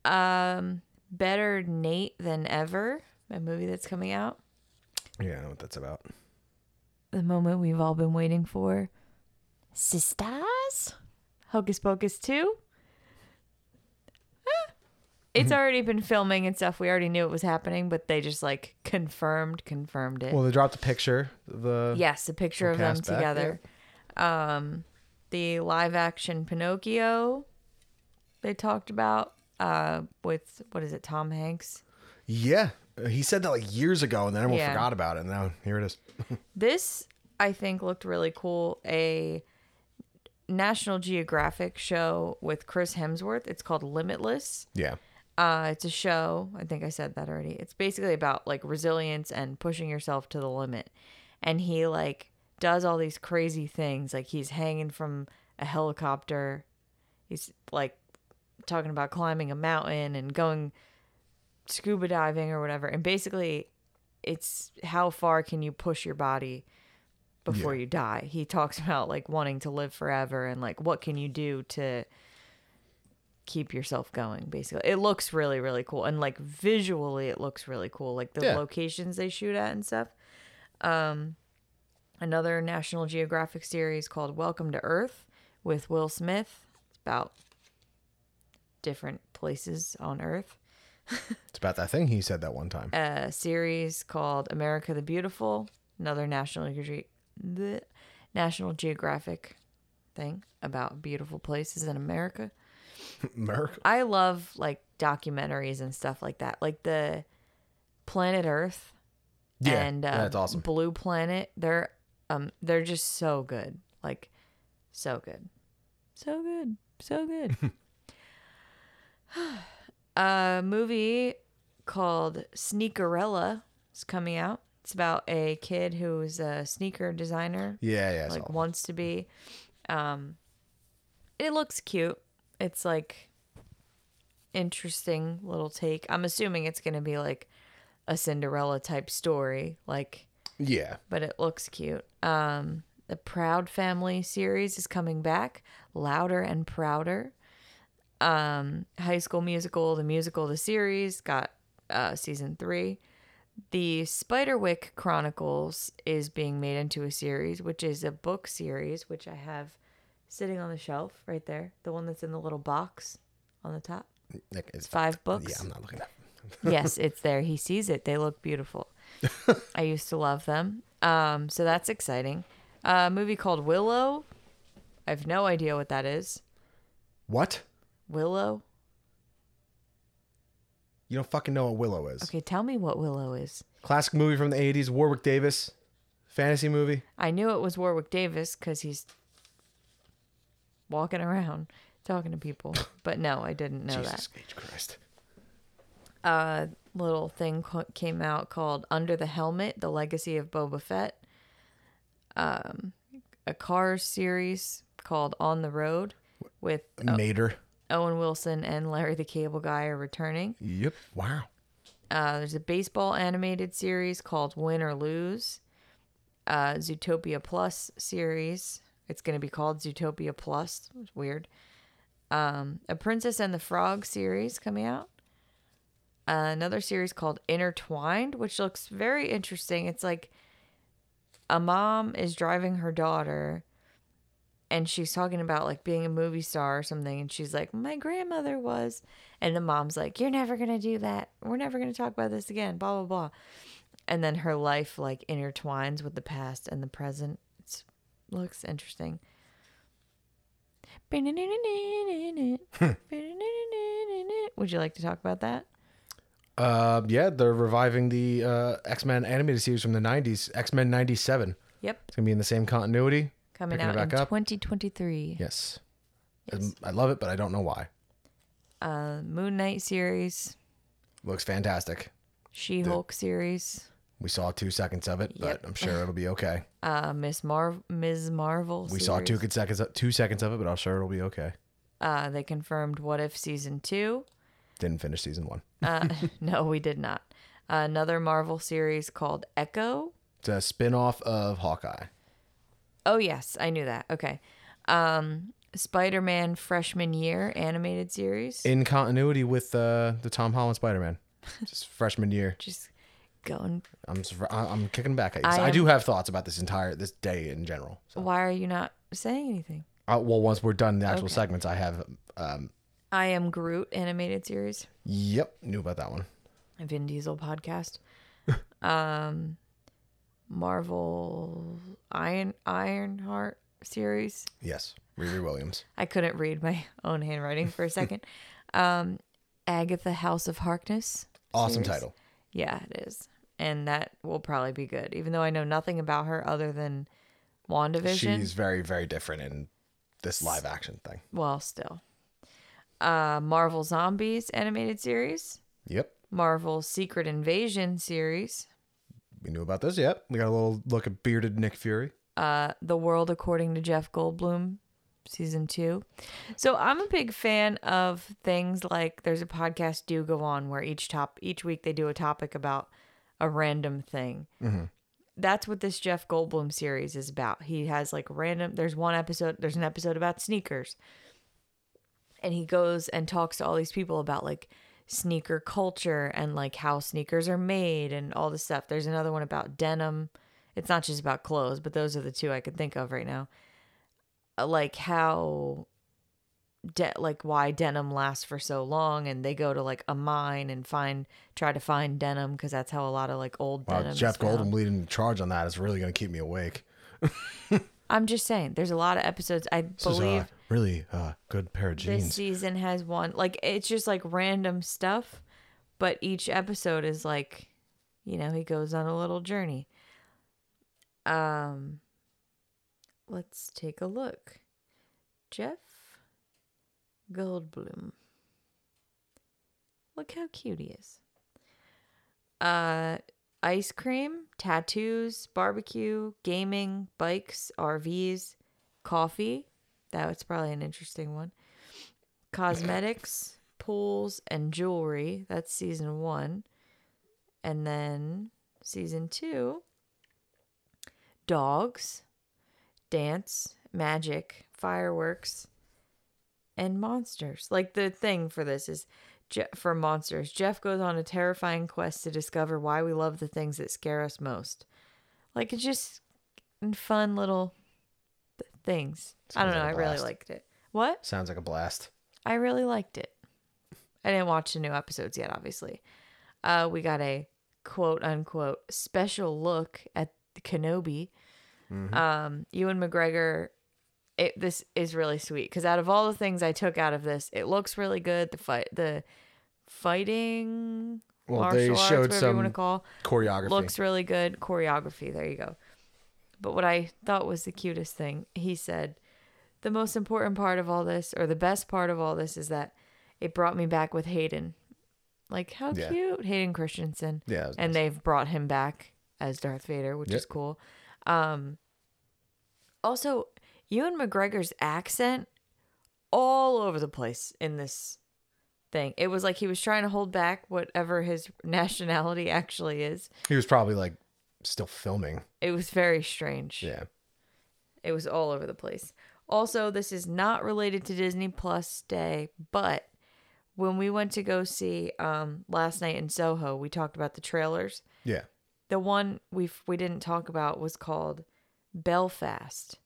Um Better Nate Than Ever, a movie that's coming out.
Yeah, I know what that's about.
The moment we've all been waiting for. Sisters? Hocus Pocus 2? Ah. It's
Mm-hmm.
already been filming and stuff. We already knew it was happening, but they just like confirmed, confirmed it.
Well, they dropped a picture. of The
Yes, a picture
We'll
of them
cast back,
together. Um, the live action Pinocchio they talked about uh, with what is it, Tom Hanks.
yeah. He said that like years ago, and then everyone
Yeah.
forgot about it. And now here it is.
This I think looked really cool. A National Geographic show with Chris Hemsworth. It's called Limitless.
Yeah.
Uh, it's a show. I think I said that already. It's basically about like resilience and pushing yourself to the limit. And he like does all these crazy things. Like he's hanging from a helicopter. He's like talking about climbing a mountain and going scuba diving or whatever. And basically, it's how far can you push your body before you die. He talks about like wanting to live forever and like what can you do to keep yourself going basically it looks really really cool and like visually it looks really cool like the
Yeah.
locations they shoot at and stuff um another national geographic series called welcome to earth with will smith it's about different places on earth
It's about that thing he said that one time.
a series called America the Beautiful, another National Ge- the National Geographic thing about beautiful places in America.
America.
I love like documentaries and stuff like that, like the Planet Earth
Yeah.
and uh,
that's awesome.
Blue Planet. They're um they're just so good, like so good, so good, so good. a movie called Sneakerella is coming out. It's about a kid who's a sneaker designer,
Yeah, yeah. it's
like
all-
wants to be. Um, it looks cute. It's like interesting little take. I'm assuming it's gonna be like a Cinderella type story, like
yeah.
but it looks cute. Um, the Proud Family series is coming back, louder and prouder. Um, High School Musical, the musical, the series got uh, season three. The Spiderwick Chronicles is being made into a series, which is a book series, which I have sitting on the shelf right there, the one that's in the little box on the top.
Like, it's,
Five books
yeah, I'm not looking at
yes, it's there. He sees it. They look beautiful. I used to love them. Um, so that's exciting. A movie called Willow. I have no idea what that is.
What?
Willow.
You don't fucking know what Willow is.
Okay, tell me what Willow is.
Classic movie from the 80s, Warwick Davis. Fantasy movie.
I knew it was Warwick Davis because he's walking around talking to people, but no, I didn't know that.
Jesus H. Christ.
uh, little thing co- came out called Under the Helmet: The Legacy of Boba Fett. Um, a car series called On the Road with
Mater.
Owen Wilson and Larry the Cable Guy are returning.
Yep. Wow.
Uh, there's a baseball animated series called Win or Lose. Uh, Zootopia Plus series. It's going to be called Zootopia Plus. It's weird. Um, a Princess and the Frog series coming out. Uh, another series called Intertwined, which looks very interesting. It's like a mom is driving her daughter and she's talking about like being a movie star or something and she's like my grandmother was and the mom's like you're never going to do that we're never going to talk about this again blah blah blah and then her life like intertwines with the past and the present it's, looks interesting would you like to talk about that
Uh, yeah, they're reviving the uh, X Men animated series from the 90s, X Men 97.
yep
It's going to be in the same continuity.
coming
Picking it
out in
back up.
2023
Yes.
Yes.
Um, I love it, but I don't know why.
uh, moon knight series
Looks fantastic.
she-hulk series
We saw two seconds of it,
Yep.
but I'm sure it'll be okay.
uh, Miss Marv, Ms. Marvel.
We saw two
series.
good seconds, two seconds of it, but I'm sure it'll be okay.
Uh, they confirmed What If season two.
Didn't finish season one.
Uh, no, we did not. Another Marvel series called Echo.
It's a spin off of Hawkeye.
Oh yes, I knew that. Okay. Um, Spider-Man freshman year animated series.
In continuity with uh, the Tom Holland Spider Man. Just freshman year.
Just going.
I'm sur- I- I'm kicking back at you. So
I
I,
am-
do have thoughts about this entire this day in general. So,
Why are you not saying anything?
uh, well, once we're done the actual
Okay.
segments, I have. Um,
I am Groot animated series.
yep, knew about that one.
a Vin Diesel podcast. um, Marvel Iron Ironheart series.
Yes, Riri Williams.
I couldn't read my own handwriting for a second. um, Agatha House of Harkness.
Awesome
series.
title.
Yeah, it is. And that will probably be good, even though I know nothing about her other than WandaVision.
She's very very different in this live action thing.
Well, still. Uh, Marvel Zombies animated series,
Yep,
Marvel Secret Invasion series,
we knew about this. Yep, we got a little look at bearded Nick Fury.
uh, The World According to Jeff Goldblum, season two. So I'm a big fan of things like there's a podcast do go on where each top each week they do a topic about a random thing. That's what this Jeff Goldblum series is about. He has like random. There's one episode. There's an episode about sneakers, and he goes and talks to all these people about like sneaker culture and like how sneakers are made and all this stuff. There's another one about denim. It's not just about clothes, but those are the two I could think of right now. Uh, Like how de- like why denim lasts for so long and they go to like a mine and find try to find denim because that's how a lot of like old
Wow,
denim is
Jeff
found.
Goldblum leading the charge on that is really going to keep me awake.
I'm just saying, there's a lot of episodes. I
This is
believe
a really uh, good pair of
this
jeans.
season has one. Like, it's just like random stuff, but each episode is like, you know, he goes on a little journey. Um, let's take a look. Jeff Goldblum. Look how cute he is. Uh, ice cream, tattoos, barbecue, gaming, bikes, RVs, coffee. That's probably an interesting one. Cosmetics, pools, and jewelry. That's season one. And then season two dogs, dance, magic, fireworks, and monsters. Like the thing for this is Je- for monsters, Jeff goes on a terrifying quest to discover why we love the things that scare us most. Like it's just fun little th- things. I don't
Sounds
know.
like a
I really
blast.
liked it. What?
Sounds like a blast.
I really liked it. I didn't watch the new episodes yet, obviously. Uh, we got a quote unquote special look at Kenobi.
Mm-hmm.
Um, Ewan McGregor. It, this is really sweet because out of all the things I took out of this, it looks really good. The fight, the fighting,
Well,
martial
they
arts,
showed
whatever you want to
some
call,
Choreography.
looks really good. Choreography, there you go. But what I thought was the cutest thing, he said, the most important part of all this, or the best part of all this, is that it brought me back with Hayden. Like, how
Yeah.
cute, Hayden Christensen.
yeah, it was
And
nice.
they've brought him back as Darth Vader, which
Yep.
is cool. Um, also, Ewan McGregor's accent all over the place in this thing. It was like he was trying to hold back whatever his nationality actually is.
he was probably like still filming.
It was very strange.
Yeah.
It was all over the place. Also, this is not related to Disney Plus Day, but when we went to go see um, last night in Soho, we talked about the trailers.
Yeah.
The one we we didn't talk about was called Belfast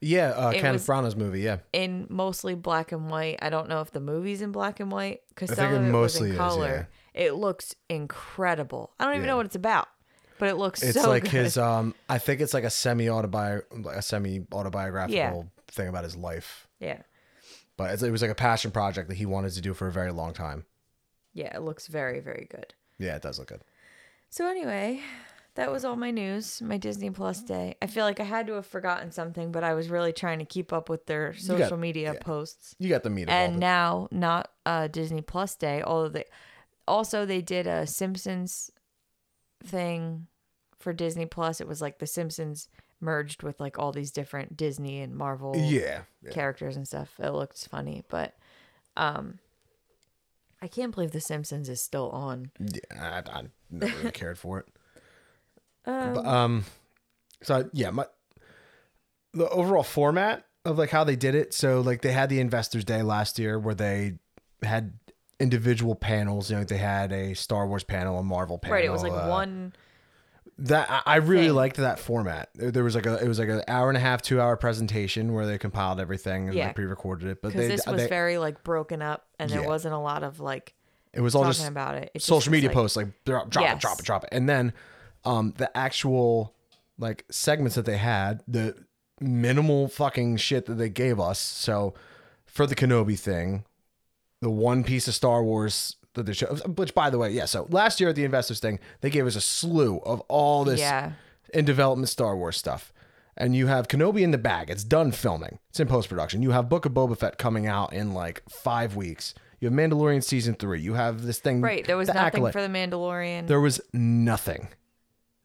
Yeah, uh,
It was-
Kenneth Branagh's movie. Yeah,
in mostly black and white. I don't know if the movie's in black and white because
I
some
think
of
it
it was
mostly
in
is,
color. It looks incredible. I don't even
Yeah.
know what it's about, but it looks
it's
so
like
good.
his. Um, I think it's like a semi autobi a semi autobiographical thing about his life.
yeah.
But it's, it was like a passion project that he wanted to do for a very long time.
Yeah, it looks very very good.
Yeah, it does look good.
So anyway, that was all my news, my Disney Plus
Mm-hmm.
day. I feel like I had to have forgotten something, but I was really trying to keep up with their social media posts.
You got the meat of all
And
of it.
now not uh Disney Plus day, although they also they did a Simpsons thing for Disney Plus. It was like the Simpsons merged with like all these different Disney and Marvel
Yeah. yeah.
characters and stuff. It looked funny, but um I can't believe The Simpsons is still on.
Yeah, I, I never really cared for it. but, um, so yeah, my the overall format of like how they did it. So like they had the Investors Day last year where they had individual panels. You know, they had a Star Wars panel, a Marvel panel.
Right, it was like
uh,
one
that I, I really
thing.
liked that format. There there was like a it was like an hour and a half, two hour presentation where they compiled everything and
Yeah.
they pre recorded it. But
because
they,
this was
they-
very like broken up and there
Yeah.
wasn't a lot of like
it was all
talking
just
about it. It just was,
social media
like-
posts like drop, drop it drop
Yes.
it drop it and then um the actual like segments that they had the minimal fucking shit that they gave us so for the kenobi thing the one piece of star wars that they showed which by the way yeah so last year at the investors thing they gave us a slew of all this
Yeah.
in development Star Wars stuff. And you have Kenobi in the bag. It's done filming. It's in post production. You have Book of Boba Fett coming out in like five weeks. You have Mandalorian season three. You have this thing.
Right, there was
The
nothing
Acolyte.
for the Mandalorian.
There was nothing.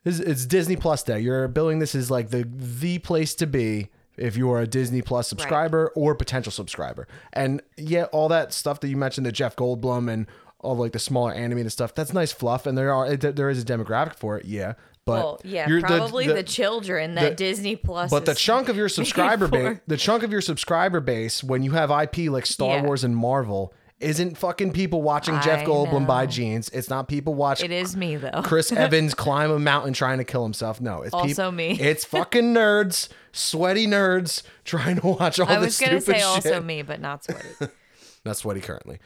It's, it's Disney Plus Day. You're billing this as like the the place to be if you are a Disney Plus subscriber or potential subscriber. And yeah, all that stuff that you mentioned, the Jeff Goldblum and all like the smaller animated stuff, that's nice fluff. And there are it, there is a demographic for it. Yeah, but
well, yeah,
you're-
probably the, children that Disney Plus
but the
is-
chunk of your subscriber base,
for.
the chunk of your subscriber base, when you have IP like Star
Yeah.
Wars and Marvel, isn't fucking people watching Jeff
I
Goldblum
know.
buy jeans. It's not people watching
it is me though.
Chris Evans climb a mountain trying to kill himself. No, it's peop-
Also me.
It's fucking nerds, sweaty nerds trying to watch all
I
this
was
stupid
gonna say
shit.
also me, but not sweaty.
Not sweaty currently.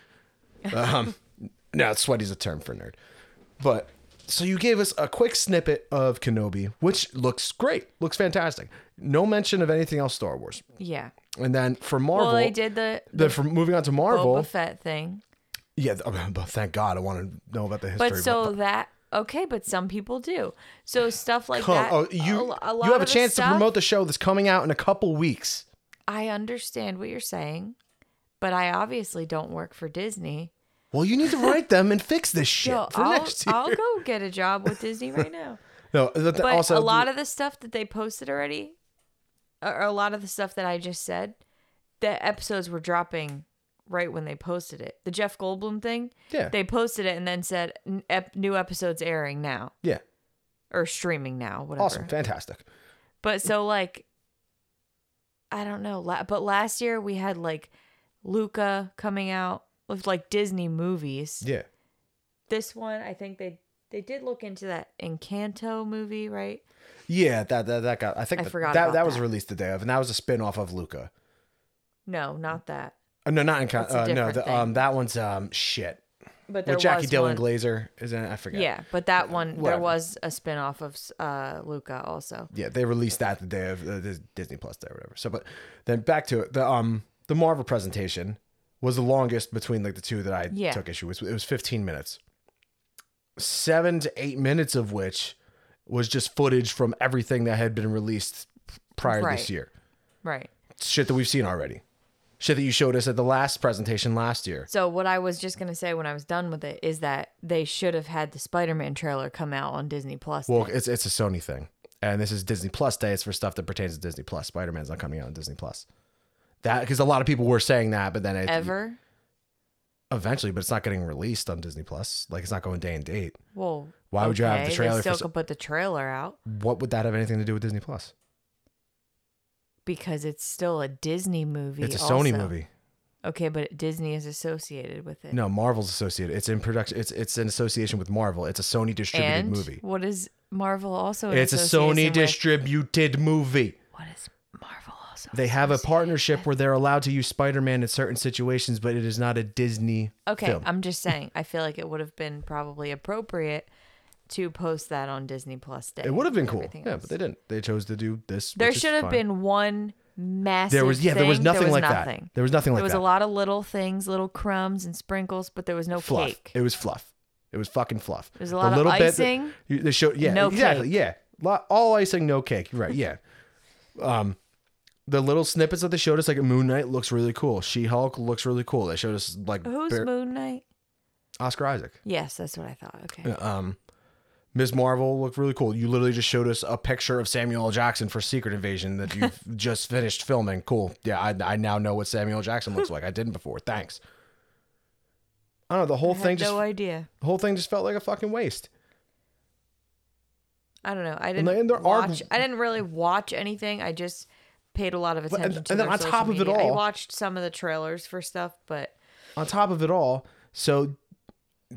Um, no, sweaty's a term for nerd. But so you gave us a quick snippet of Kenobi, which looks great, looks fantastic. No mention of anything else Star Wars.
yeah.
And then for Marvel,
Well, they did the
The, for moving on to Marvel,
Boba Fett thing,
yeah. th- oh, but thank God, I want to know about the history.
but
of
so that okay, but some people do. So stuff like
Come-
that.
oh, you
a, lot
you
of
have a
the
chance to
stuff-
promote the show that's coming out in a couple weeks.
I understand what you're saying, but I obviously don't work for Disney.
Well, you need to write them and fix this shit
So
for
I'll
next year.
I'll go get a job with Disney right now.
no, th- th-
But a
also
lot of the stuff that they posted already, or a lot of the stuff that I just said, the episodes were dropping right when they posted it. The Jeff Goldblum thing,
Yeah.
they posted it and then said "N- ep- new episodes airing now
yeah,
or streaming now, whatever.
awesome, fantastic.
But so like, I don't know. La- But last year we had like Luca coming out with like Disney movies.
Yeah,
This one, I think they they did look into that Encanto movie, right?
yeah, that that, that got. I think
I
that,
forgot
that,
about
that was
that.
released the day of, and that was a spin off of Luca.
No, not that.
Uh, no, not in con-
That's a
uh, no.
different
The,
thing.
um, that one's um shit
But there
with Jackie
was
Dylan
one.
Glazer, isn't it? I forget.
Yeah, but that one
whatever.
there was a spin-off of uh, Luca also.
yeah, they released that the day of uh, the Disney Plus day or whatever. So, but then back to it. The um the Marvel presentation was the longest between like the two that I
Yeah.
took issue with. It was 15 minutes, seven to eight minutes of which was just footage from everything that had been released prior this
Right.
year.
Right.
Shit that we've seen already. Shit that you showed us at the last presentation last year.
So what I was just gonna say when I was done with it is that they should have had the Spider-Man trailer come out on Disney Plus.
Well, it's it's a Sony thing, and this is Disney Plus Day. It's for stuff that pertains to Disney Plus. Spider Man's not coming out on Disney Plus. That because a lot of people were saying that, but then it,
ever.
eventually, but it's not getting released on Disney Plus. Like it's not going day and date.
Well,
Why would you have the
okay,
trailer for
They still
s-
could put the trailer out
What would that have anything to do with Disney Plus?
because it's still a Disney movie.
It's a Sony
also.
movie.
Okay, but Disney is associated with it.
No, Marvel's associated. It's in production. It's it's in association with Marvel. It's a Sony distributed
and
movie.
what is Marvel also? in
It's a
association
Sony
with?
distributed movie.
What is Marvel also?
They have a partnership where they're allowed to use Spider-Man in certain situations, but it is not a Disney
Okay,
film.
I'm just saying. I feel like it would have been probably appropriate to post that on Disney Plus Day.
it would have been cool.
everything
Yeah,
else.
but they didn't. They chose to do this.
There
which is
should have
fine.
been one massive.
There was yeah. There was
thing.
nothing like
nothing.
that. There was nothing like
There was a
that.
lot of little things, little crumbs and sprinkles, but there was no
fluff.
cake.
It was fluff. It was fucking fluff.
was a lot of
bit that-
icing,
you- they showed, yeah,
no
exactly,
cake.
yeah, Lot- all icing, no cake. Right, yeah. um, the little snippets that they showed us, like Moon Knight, looks really cool. She Hulk looks really cool. They showed us like
Who's
Bar-
Moon Knight?
Oscar Isaac.
Yes, that's what I thought. Okay.
Um, Ms. Marvel looked really cool. You literally just showed us a picture of Samuel L. Jackson for Secret Invasion that you've just finished filming. Cool. Yeah, I, I now know what Samuel L. Jackson looks like. I didn't before. Thanks. I don't know. The whole
I
thing
had
just
no idea.
the whole thing just felt like a fucking waste.
I don't know. I didn't
then there are-
watch. I didn't really watch anything. I just paid a lot of attention to.
and then
their
on
social
top of it
media. I
all-
watched some of the trailers for stuff, but
on top of it all, so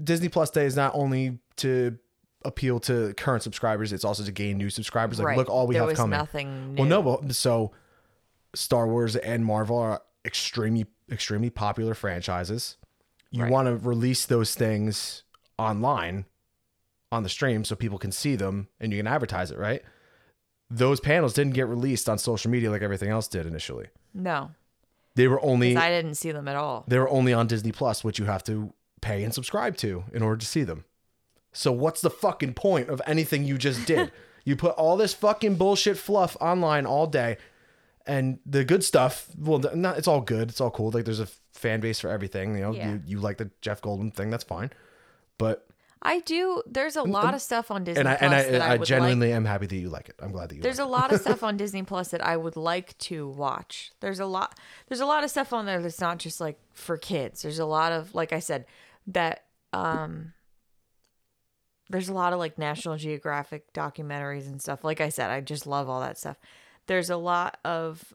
Disney Plus Day is not only to appeal to current subscribers, it's also to gain new subscribers. Like,
right,
look, all we
there
have
was
coming.
nothing. New.
Well, no, but so Star Wars and Marvel are extremely, extremely popular franchises. You
Right.
want to release those things online on the stream so people can see them and you can advertise it, right? Those panels didn't get released on social media like everything else did initially.
no,
They were only
'cause I didn't see them at all.
they're only on Disney Plus, which you have to pay and subscribe to in order to see them. So what's the fucking point of anything you just did? you put all this fucking bullshit fluff online all day, and the good stuff. Well, th- not it's all good. It's all cool. Like there's a fan base for everything. You know,
Yeah.
you, you like the Jeff Goldman thing. That's fine. But
I do. There's a lot of stuff on Disney
and I
Plus
and I,
that I,
I,
would
genuinely
like.
am happy that you like it. I'm glad that you.
There's
like
a lot of stuff on Disney Plus that I would like to watch. There's a lot. There's a lot of stuff on there that's not just like for kids. There's a lot of, like I said, that um. There's a lot of like National Geographic documentaries and stuff. Like I said, I just love all that stuff. There's a lot of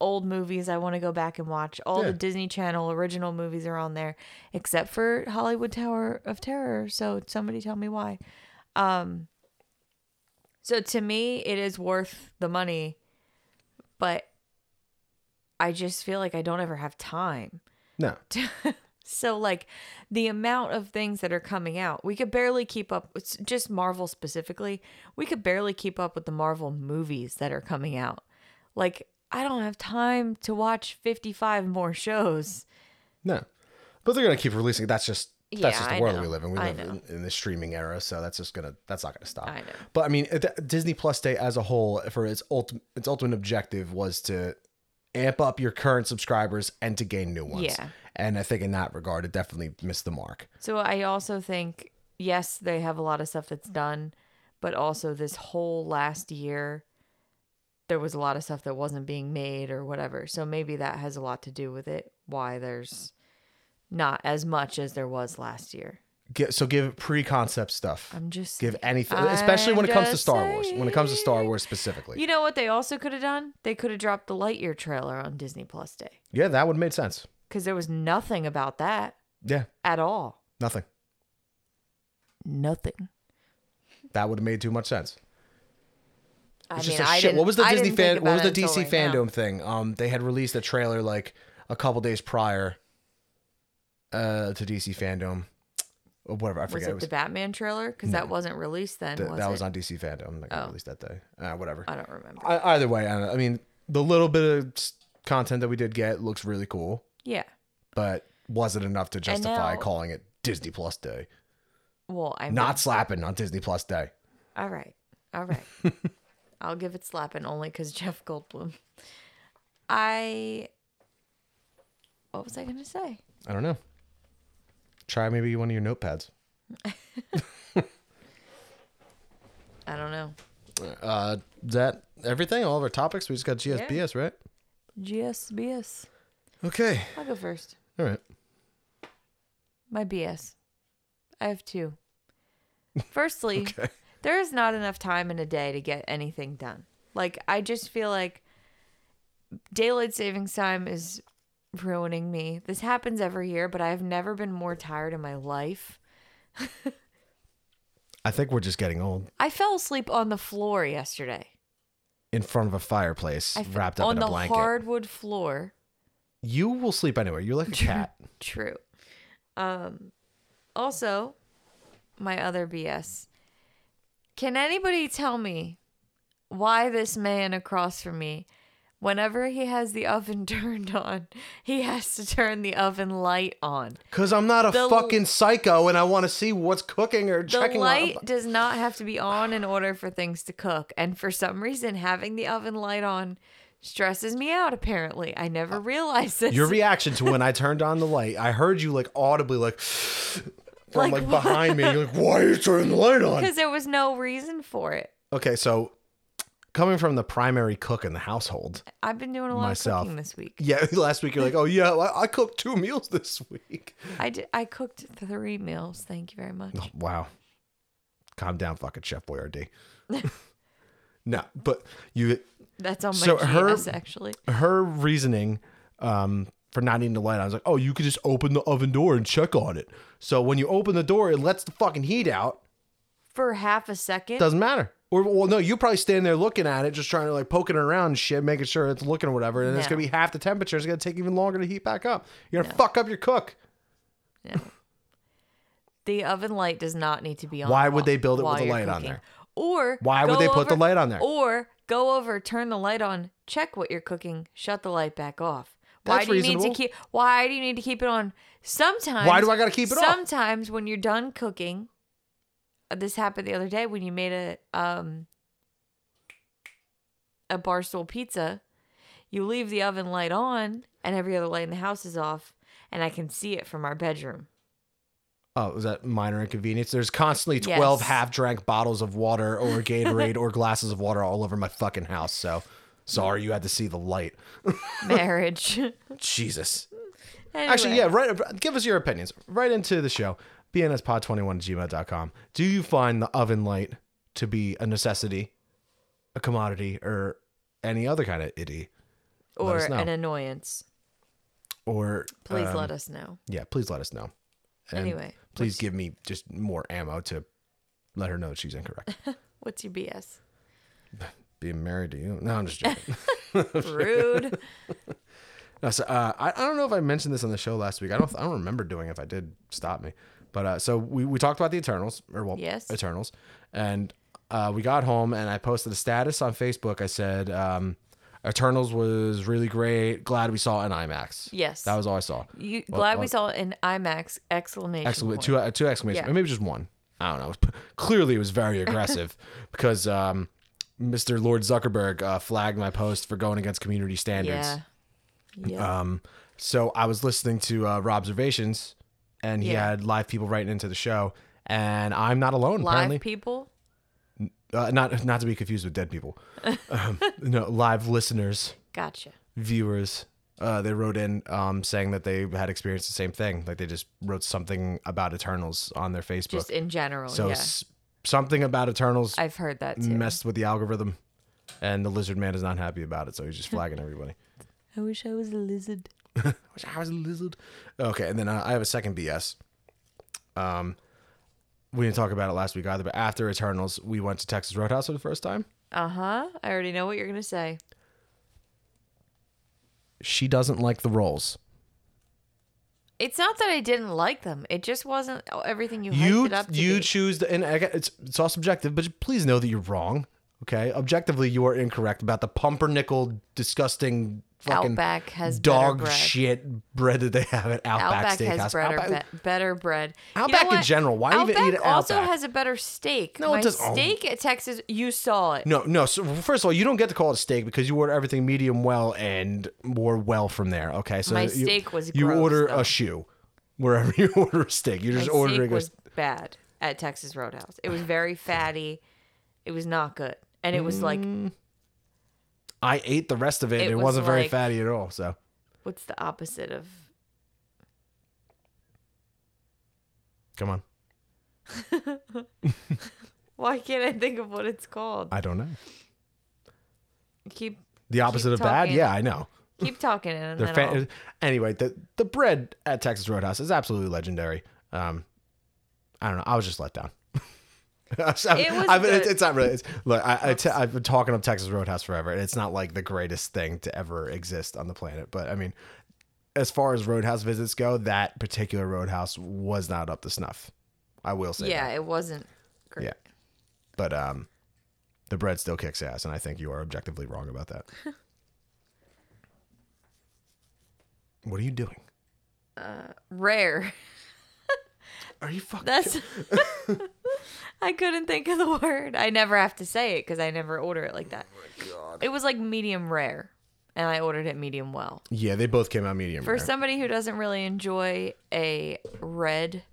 old movies I want to go back and watch. All
Yeah.
the Disney Channel original movies are on there, except for Hollywood Tower of Terror. So somebody tell me why. Um, so to me, it is worth the money, but I just feel like I don't ever have time.
it. no.
So like the amount of things that are coming out, we could barely keep up with just Marvel specifically. We could barely keep up with the Marvel movies that are coming out. Like I don't have time to watch 55 more shows.
No, but they're gonna keep releasing. That's just that's
Yeah,
just the
I
world
know.
we live in. We
I
live
know.
in, in the streaming era, so that's just gonna that's not gonna stop.
I know.
But I mean, it- Disney Plus Day as a whole, for its ultimate its ultimate objective was to amp up your current subscribers and to gain new ones.
Yeah.
And I think in that regard, it definitely missed the mark.
So I also think yes, they have a lot of stuff that's done, but also this whole last year there was a lot of stuff that wasn't being made or whatever. So maybe that has a lot to do with it why there's not as much as there was last year.
Gi- So give pre-concept stuff.
I'm just
give anything, especially when it comes to
just
Star Wars. When it comes to Star
saying.
Wars specifically,
You know what they also could have done? They could have dropped the Lightyear trailer on Disney Plus Day
yeah, that would have made sense.
because there was nothing about that
Yeah,
at all.
nothing.
Nothing.
That would have made too much sense.
I
It's
mean,
just a
I
shit.
didn't.
What was the
I
Disney
didn't think
fan? What
about
was
it
the
until
DC
right now.
fandom thing? Um, they had released a trailer like a couple days prior, uh, to DC fandom, or whatever. I
Was
forget.
it,
it was,
the Batman trailer? Because that wasn't released then.
th-
was
that
it?
was on DC fandom. Like,
Oh.
released that day. Uh, whatever.
I don't remember.
I, either way, I, don't know. I mean, the little bit of s- content that we did get looks really cool,
yeah.
but wasn't enough to justify
now-
calling it Disney Plus Day.
Well, I'm
Not slapping on Disney Plus Day.
All right. All right. I'll give it slapping only because Jeff Goldblum. I. What was I going to say?
I don't know. Try maybe one of your notepads.
I don't know.
Uh, is that everything? All of our topics. We just got GSBS, right?
GSBS.
Okay.
I'll go first.
All right.
My BS. I have two. Firstly, there is not enough time in a day to get anything done. Like, I just feel like daylight savings time is ruining me. This happens every year, but I've never been more tired in my life.
I think we're just getting old.
I fell asleep on the floor yesterday.
In front of a fireplace,
I f-
wrapped up
on
in
the
a blanket.
hardwood floor.
You will sleep anywhere. You're like a cat.
True. Um, also, my other BS. Can anybody tell me why this man across from me, whenever he has the oven turned on, he has to turn the oven light on?
Cause I'm not a
The-
fucking psycho, and I want to see what's cooking or
The
checking. on-
light does not have to be on in order for things to cook. And for some reason, having the oven light on stresses me out, apparently. I never realized this.
Your reaction to when I turned on the light, I heard you like audibly, like, from
Like,
like, behind me. You're like, why are you turning the light on?
because there was no reason for it.
Okay, so coming from the primary cook in the household,
I've been doing a lot
Myself.
of cooking this week.
yeah, last week you're like, oh yeah, I, I cooked two meals this week.
I did. I cooked three meals. Thank you very much.
Wow. Calm down, fucking Chef Boyardee. no, but you
That's on my
So her-
GS actually.
her reasoning um, for not needing the light on is like, oh, you could just open the oven door and check on it. So when you open the door, it lets the fucking heat out.
For half a second,
Doesn't matter. Or well, no, you probably stand there looking at it, just trying to like poking it around and shit, making sure it's looking or whatever. And it's
No.
gonna be half the temperature. It's gonna take even longer to heat back up. You're gonna fuck up your cook.
the oven light does not need to be on.
Why would
while-
they build it with
while
a
you're
light on
cooking.
there?
Or
Why would
go
they put the
over-
light on there?
Or go over, turn the light on, check what you're cooking, shut the light back off. Why
That's
do you need
reasonable.
to keep? Why do you need to keep it on? Sometimes.
Why do I gotta keep it off?
Sometimes when you're done cooking, uh, this happened the other day when you made a um a barstool pizza. You leave the oven light on, and every other light in the house is off, and I can see it from our bedroom.
Oh, is that minor inconvenience? There's constantly 12
Yes.
half drank bottles of water or Gatorade or glasses of water all over my fucking house. So sorry you had to see the light.
Marriage.
Jesus.
Anyway.
Actually, yeah, right. Give us your opinions right into the show. BNSpod21 at gmail.com. Do you find the oven light to be a necessity, a commodity, or any other kind of itty?
or
us know.
an annoyance.
Or
Please
um,
let us know.
Yeah, please let us know. And
Anyway,
please give me just more ammo to let her know she's incorrect.
What's your BS?
Being married to you? No, I'm just joking.
Rude.
No, so, uh, I, I don't know if I mentioned this on the show last week. I don't I don't remember doing it. If I did, stop me. But uh, so we, we talked about the Eternals or well,
Yes.
Eternals, and uh, we got home and I posted a status on Facebook. I said, um, "Eternals was really great. Glad we saw it in IMAX."
Yes.
that was all I saw.
You glad we saw it in IMAX exclamation.
Excla-
point.
two uh, two exclamation,
Yeah.
or maybe just one. I don't know. Clearly, it was very aggressive because um, Mr. Lord Zuckerberg uh, flagged my post for going against community standards.
Yeah. Yeah.
Um, so I was listening to uh, Rob Observations, and he
Yeah.
had live people writing into the show, and I'm not alone. apparently,
Live people.
uh, not not to be confused with dead people. um, no, live listeners,
Gotcha.
viewers. Uh, they wrote in um, saying that they had experienced the same thing. Like they just wrote something about Eternals on their Facebook.
Just in general.
so
yeah.
s- something about Eternals
I've heard that too.
messed with the algorithm, and the lizard man is not happy about it. So he's just flagging everybody.
I wish I was a lizard.
Wish I was a lizard. Okay, and then uh, I have a second BS. Um, we didn't talk about it last week either, but after Eternals, we went to Texas Roadhouse for the first time.
Uh huh. I already know what you're gonna say.
She doesn't like the rolls.
It's not that I didn't like them. It just wasn't oh, everything you hyped
You
it up to
you
be.
choose the and I get, it's it's all subjective, but please know that you're wrong. Okay, objectively, you are incorrect about the pumpernickel, disgusting fucking
Outback has better
dog
bread.
shit bread that they have at Outback,
Outback
Steakhouse.
has better
Outback-
be- better bread. You know
Outback in
what?
general, why even
Outback
eat at
also
Outback?
has a better steak.
No, it
My
doesn't- oh.
steak at Texas, you saw it.
No, no. So first of all, you don't get to call it a steak because you order everything medium well and more well from there. Okay, so
My
you,
steak was
you
gross,
order
though.
a shoe wherever you order a steak. You're
My
just
steak
ordering.
was
a,
bad at Texas Roadhouse. It was very fatty. It was not good, and it was like,
Mm. I ate the rest of it. and
It
It,
was
wasn't very
like-
fatty at all. So
what's the opposite of?
come on,
Why can't I think of what it's called?
I don't know.
Keep
The opposite of bad.
talking.
Yeah, I know.
keep talking, and
They're
then
fa-
I'll-
anyway. The the bread at Texas Roadhouse is absolutely legendary. Um, I don't know. I was just let down. it was I mean,
good.
it's, it's not really. It's, look, I, I te- I've been talking of Texas Roadhouse forever, and it's not like the greatest thing to ever exist on the planet. But I mean, as far as Roadhouse visits go, that particular Roadhouse was not up to snuff. I will say.
yeah,
that.
it wasn't great.
Yeah. But um, the bread still kicks ass, and I think you are objectively wrong about that. what are you doing?
Rare.
Are you fucking?
That's. I couldn't think of the word. I never have to say it because I never order it like that.
Oh
It was like medium rare, and I ordered it medium well.
Yeah, they both came out medium
For
rare.
somebody who doesn't really enjoy a red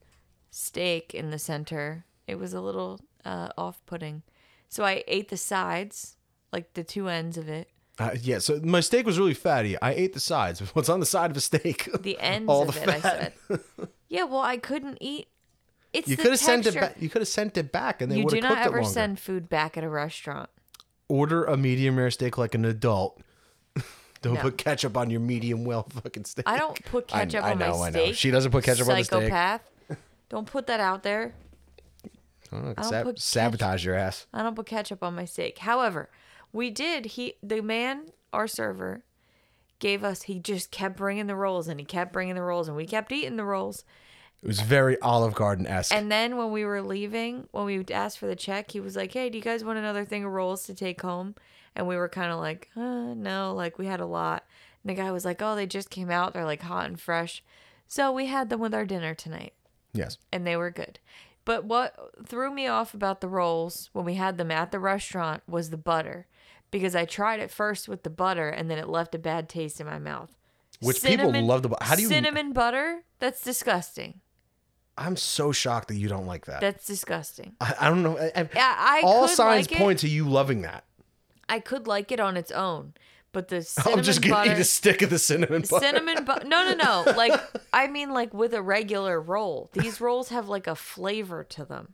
steak in the center. It was a little uh, off-putting, so I ate the sides, like the two ends of it.
Uh, yeah, so my steak was really fatty. I ate the sides. What's on the side of a steak?
The ends
All
of
the
it. I said.
fat.
Yeah, well, I couldn't eat. It's
you
the
could have sent it
texture.
back. You could have sent it back, and they
You
would
do
have
not
cooked it
ever
longer.
send food back at a restaurant.
Order a medium rare steak like an adult. Don't
No.
put ketchup on your medium well fucking steak.
I don't put
I-
ketchup
I
on
know,
my
I know.
steak.
She doesn't put ketchup on the steak.
Psychopath. Don't put that out there.
I don't know,
I don't
sab-
put
sabotage your ass.
I don't put ketchup on my steak. However, we did. He, the man, our server, gave us. He just kept bringing the rolls, and he kept bringing the rolls, and we kept eating the rolls.
It was very Olive Garden esque.
And then when we were leaving, when we asked for the check, he was like, "Hey, do you guys want another thing of rolls to take home?" And we were kind of like, uh, "No, like we had a lot." And the guy was like, "Oh, they just came out. They're like hot and fresh." So we had them with our dinner tonight.
yes.
and they were good. But what threw me off about the rolls when we had them at the restaurant was the butter, because I tried it first with the butter and then it left a bad taste in my mouth.
Which people love the bu- how do you-
cinnamon butter? That's disgusting.
I'm so shocked that you don't like that.
That's disgusting.
I, I don't know. I, I,
Yeah, I
all
could
signs
like it.
point to you loving that.
I could like it on its own, but the cinnamon
I'm just gonna
butter,
eat a stick of the cinnamon butter.
cinnamon butter. No, no, no. Like I mean, like with a regular roll. These rolls have like a flavor to them.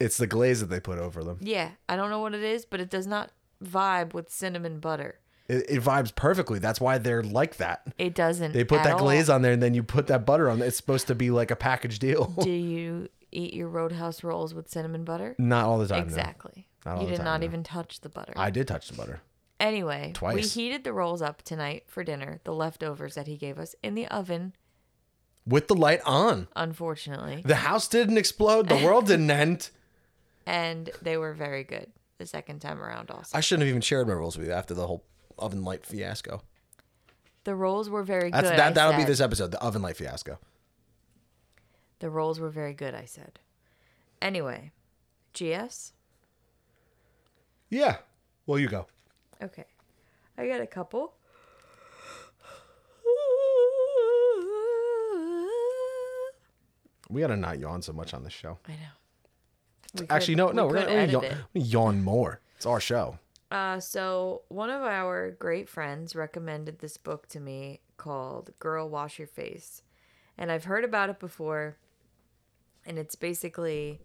It's the glaze that they put over them.
Yeah, I don't know what it is, but it does not vibe with cinnamon butter.
It, it vibes perfectly. That's why they're like that.
It doesn't.
They put that glaze on there, and then you put that butter on. It's supposed to be like a package deal.
Do you eat your roadhouse rolls with cinnamon butter?
Not all the time. no.
Exactly.
Not all
you
the
did
time,
not
no.
even touch the butter.
I did touch the butter.
anyway, we
Twice.
heated the rolls up tonight for dinner, the leftovers that he gave us in the oven,
with the light on.
unfortunately,
The house didn't explode. The world didn't end.
and they were very good the second time around also.
I shouldn't have even shared my rolls with you after the whole oven light fiasco.
the rolls were very
That's
good. I
that. That'll be
said.
this episode. The oven light fiasco.
The rolls were very good, I said. Anyway, GS?
Yeah. Well, you go.
Okay. I got a couple.
We gotta not yawn so much on this show.
I know. We
Actually,
could-
no, no,
we
we're
could
gonna, we're gonna
edit
yawn,
it.
we're gonna yawn more. It's our show.
Uh, so one of our great friends recommended this book to me called "Girl, Wash Your Face," and I've heard about it before. And it's basically,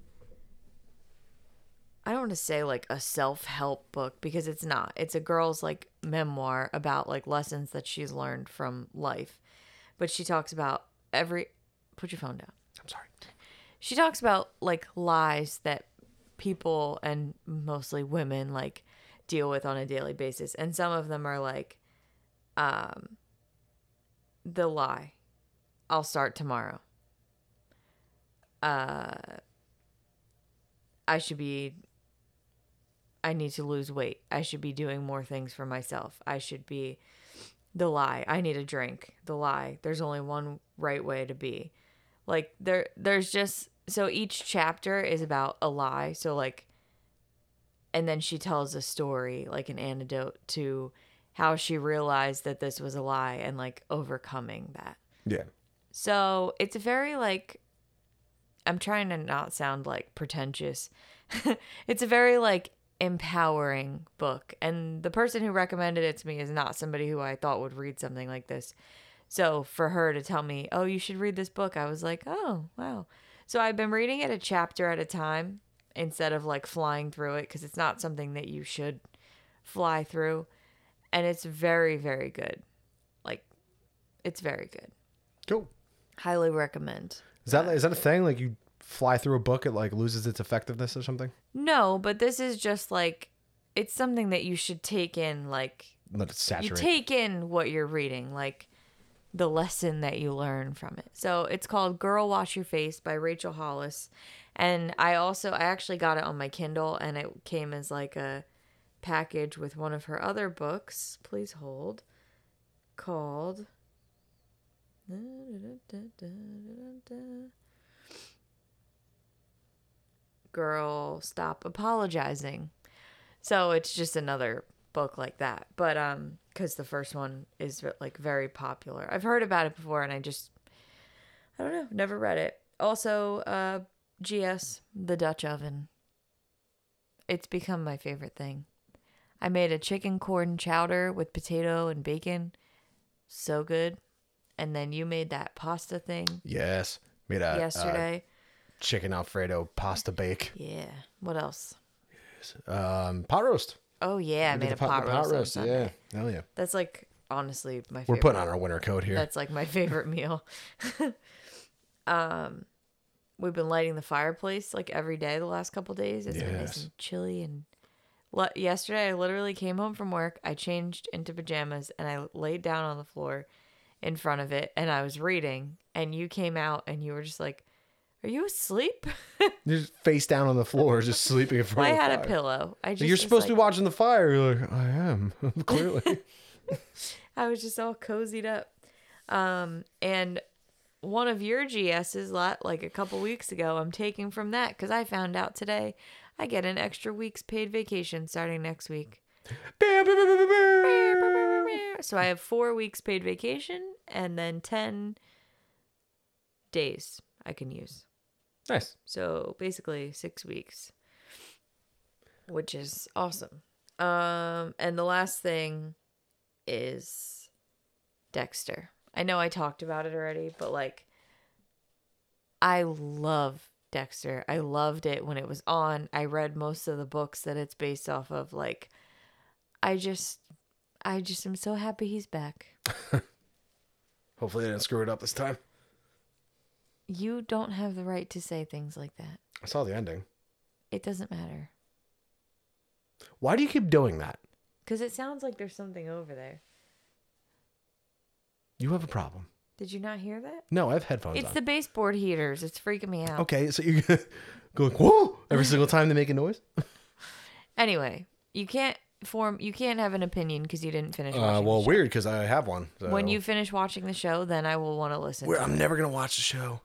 I don't want to say like a self-help book because it's not. It's a girl's like memoir about like lessons that she's learned from life, but she talks about every. Put your phone down
I'm sorry.
she talks about like lies that people and mostly women like deal with on a daily basis and some of them are like um the lie i'll start tomorrow uh i should be i need to lose weight i should be doing more things for myself i should be the lie i need a drink the lie there's only one right way to be like there there's just so each chapter is about a lie so like and then she tells a story like an antidote to how she realized that this was a lie and like overcoming that
Yeah.
so it's a very like I'm trying to not sound like pretentious. it's a very like empowering book. And the person who recommended it to me is not somebody who I thought would read something like this. So for her to tell me, "Oh, you should read this book." I was like, "Oh, wow." So I've been reading it a chapter at a time instead of like flying through it cuz it's not something that you should fly through. And it's very very good. Like it's very good.
Cool.
Highly recommend.
Is that is that a thing? Like you fly through a book, it like loses its effectiveness or something.
No, but this is just like it's something that you should take in like
Let it
you
saturate.
take in what you're reading, like the lesson that you learn from it. So it's called Girl Wash Your Face by Rachel Hollis. And I also I actually got it on my Kindle and it came as like a package with one of her other books, please hold, called Girl Stop Apologizing. So it's just another book like that. But um cuz the first one is like very popular. I've heard about it before and I just I don't know, never read it. Also, uh, GS, the Dutch oven. It's become my favorite thing. I made a chicken corn chowder with potato and bacon. So good. And then you made that pasta thing
Yes. Made a uh,
yesterday.
chicken Alfredo pasta bake.
yeah. What else?
Um, pot roast.
Oh, yeah. I
Did
made
the
a pot,
the
roast. on Sunday.
Yeah. Hell yeah.
That's like, honestly, my favorite.
We're putting on our winter coat here.
That's like my favorite meal. um, we've been lighting the fireplace like every day the last couple days. It's been nice
Yes.
and chilly and. L- yesterday, I literally came home from work. I changed into pajamas and I laid down on the floor in front of it and I was reading. And you came out and you were just like, "Are you asleep?"
You're just face down on the floor, just sleeping in front
I
of the
had a
fire.
pillow. I just
You're
was
supposed to
like-
be watching the fire. You're like, I am clearly.
I was just all cozied up. Um, and one of your GS's lot, like a couple weeks ago, I'm taking from that because I found out today I get an extra week's paid vacation starting next week.
Bam, bam, bam, bam, bam, bam.
So I have four weeks paid vacation and then 10 days I can use.
nice.
So basically six weeks, which is awesome. Um, and the last thing is Dexter. I know I talked about it already, but like, I love Dexter. I loved it when it was on. I read most of the books that it's based off of. Like, I just, I just am so happy he's back.
Hopefully, they didn't screw it up this time.
You don't have the right to say things like that.
I saw the ending.
It doesn't matter.
Why do you keep doing that?
Because it sounds like there's something over there.
You have a problem.
Did you not hear that?
No, I have headphones
It's
on.
the baseboard heaters. It's freaking me out.
okay, so you're going whoa every single time they make a noise.
Anyway, you can't form. You can't have an opinion because you didn't finish. Watching
Uh,
the
well,
show.
weird because I have one. so-
when you finish watching the show, then I will want to listen.
We're- I'm never gonna watch the show.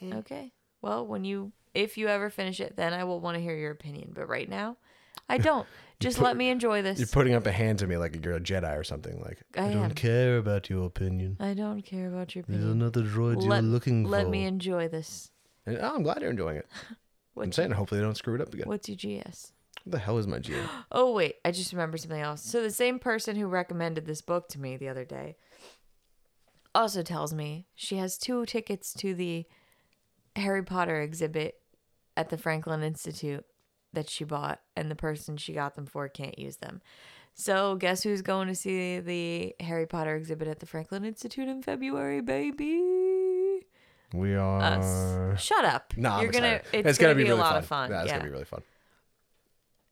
Okay. Well, when you, if you ever finish it, then I will want to hear your opinion. But right now, I don't. Just let me enjoy
You're
this.
putting up a hand to me like you're a Jedi or something. Like
I am.
care about your opinion.
I don't care about your
There's
opinion.
droid
Let, let me enjoy this.
And, oh, I'm glad you're enjoying it. I'm
What's,
saying hopefully they don't screw it up again. What,
what's your GS?
the hell is my G?
Oh wait, I just remembered something else. So the same person who recommended this book to me the other day also tells me she has two tickets to the Harry Potter exhibit at the Franklin Institute that she bought and the person she got them for can't use them. So guess who's going to see the Harry Potter exhibit at the Franklin Institute in February, baby?
we are.
Us. Shut up.
Uh, Nah,
You're
I'm
gonna
excited.
it's, gonna, be, a
really
lot of fun.
Yeah, it's
yeah.
gonna be really fun.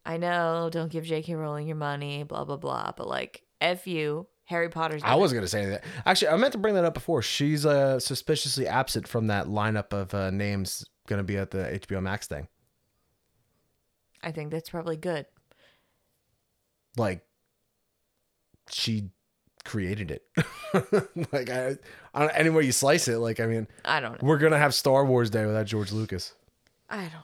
I know, don't give J.K. Rowling your money, blah blah blah. But like, f you, Harry Potter's.
I was gonna say that. Actually, I meant to bring that up before. She's uh, suspiciously absent from that lineup of uh, names gonna be at the HBO Max thing.
I think that's probably good.
Like, she created it. like, I, I don't, any way you slice it, like, I mean,
I don't. know.
we're gonna have Star Wars Day without George Lucas.
I don't. know.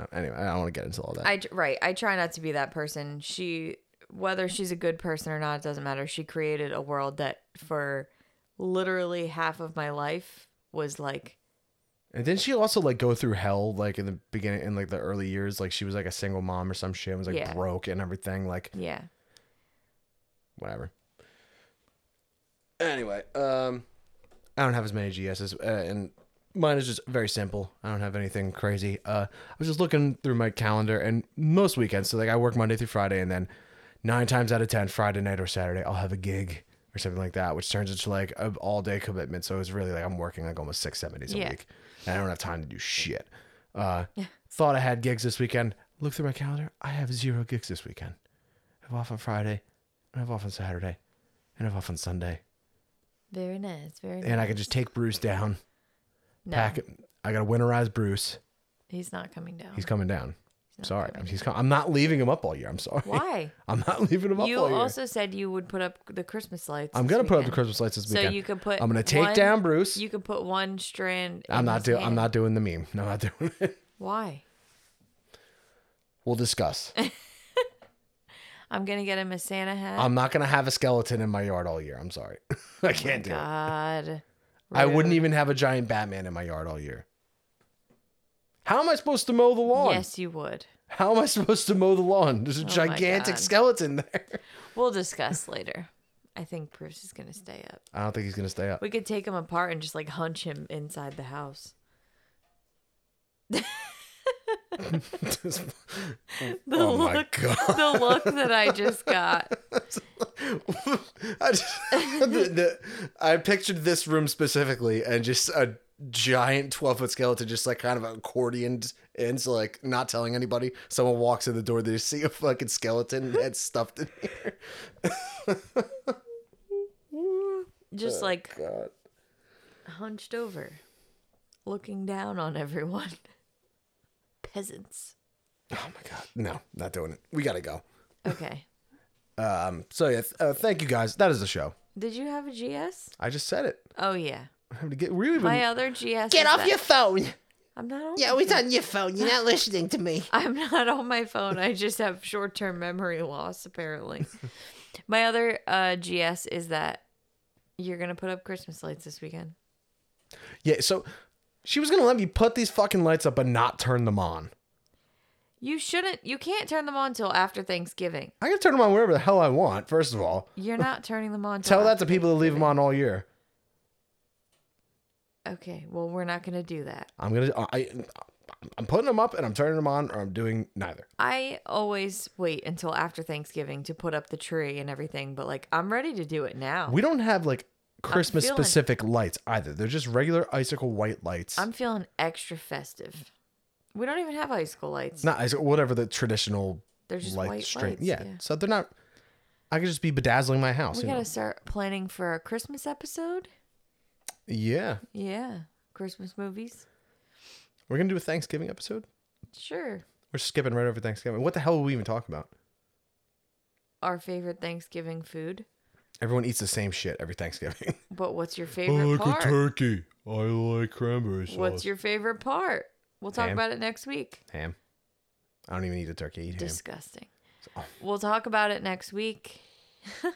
Uh, anyway, I don't want to get into all that.
I tr- right. I try not to be that person. She, whether she's a good person or not, it doesn't matter. She created a world that for literally half of my life was like,
and didn't she also like go through hell like in the beginning, in like the early years? Like, she was like a single mom or some shit. And was like
Yeah.
broke and everything. Like,
yeah.
whatever. Anyway, um, I don't have as many GSs, uh, and mine is just very simple. I don't have anything crazy. Uh, I was just looking through my calendar, and most weekends, so like I work Monday through Friday, and then nine times out of ten, Friday night or Saturday, I'll have a gig or something like that, which turns into like an all day commitment. So it's really like I'm working like almost six, seven days a
Yeah.
week, and I don't have time to do shit. Uh, thought I had gigs this weekend. Look through my calendar. I have zero gigs this weekend. I have off on Friday, and I have off on Saturday, and I have off on Sunday.
Very nice. Very. nice.
And I can just take Bruce down,
no,
pack it. I got to winterize Bruce.
he's not coming down.
He's coming down.
not
sorry, he's com- I'm not leaving him up all year. I'm sorry.
Why?
I'm not leaving him up
You
all year.
also said you would put up the Christmas lights.
I'm
this
gonna put up the
weekend.
Christmas lights this
So
weekend.
you could put.
I'm gonna take
one-
down Bruce.
You could put one strand. in
I'm not
his
doing. I'm
hand.
not doing the meme. No, I'm not doing it.
Why?
We'll discuss.
I'm gonna get him a Santa hat. Oh
I'm not gonna have a skeleton in my yard all year. I'm sorry. I can't do it.
God,
I wouldn't even have a giant Batman in my yard all year. How am I supposed to mow the lawn?
Yes, you would.
How am I supposed to mow the lawn? There's a gigantic
God.
skeleton there.
We'll discuss later. I think Bruce is gonna stay up.
I don't think he's gonna stay up.
We could take him apart and just like hunch him inside the house. The
oh my
look,
God.
the look that I just got.
I, just- the- the- I pictured this room specifically and just a giant 12 foot skeleton, just like kind of accordioned in, so like not telling anybody. Someone walks in the door, they just see a fucking skeleton head stuffed in here.
Just like
Oh God.
hunched over, looking down on everyone. Peasants.
Oh my God. No, not doing it. We gotta go.
Okay.
Um, so yeah, th- uh, thank you guys. That is the show.
Did you have a GS?
I just said it.
Oh yeah.
I have to get really
My other GS. is that-
phone.
I'm not on.
always on your phone. You're not listening to me.
I'm not on my phone. I just have short term memory loss, apparently. my other uh, GS is that you're going to put up Christmas lights this weekend.
Yeah, so she was gonna let me put these fucking lights up but not turn them on.
You shouldn't, you can't turn them on till after Thanksgiving.
I can turn them on wherever the hell I want. First of all,
You're not turning them on. till
tell that
after
to people that leave them on all year.
Okay, well, we're not going to do that.
I'm gonna. uh, I, I'm putting them up and I'm turning them on, or I'm doing neither.
I always wait until after Thanksgiving to put up the tree and everything, but like, I'm ready to do it now.
We don't have like Christmas
feeling-
specific lights either. They're just regular icicle white lights.
I'm feeling extra festive. We don't even have icicle lights.
not icicle, whatever the traditional
They're just
light
white
string.
lights,
yeah.
yeah.
so they're not. I could just be bedazzling my house.
We
you know?
got to start planning for our Christmas episode.
Yeah,
Yeah. Christmas movies?
we're gonna do a Thanksgiving episode.
Sure.
We're skipping right over Thanksgiving. What the hell will we even talk about?
Our favorite Thanksgiving food.
Everyone eats the same shit every Thanksgiving.
But what's your favorite part?
Oh, turkey. I like cranberry
what's your favorite part? We'll talk
Ham.
about it next week.
ham? I don't even eat a turkey. I eat ham.
Disgusting. We'll talk about it next week.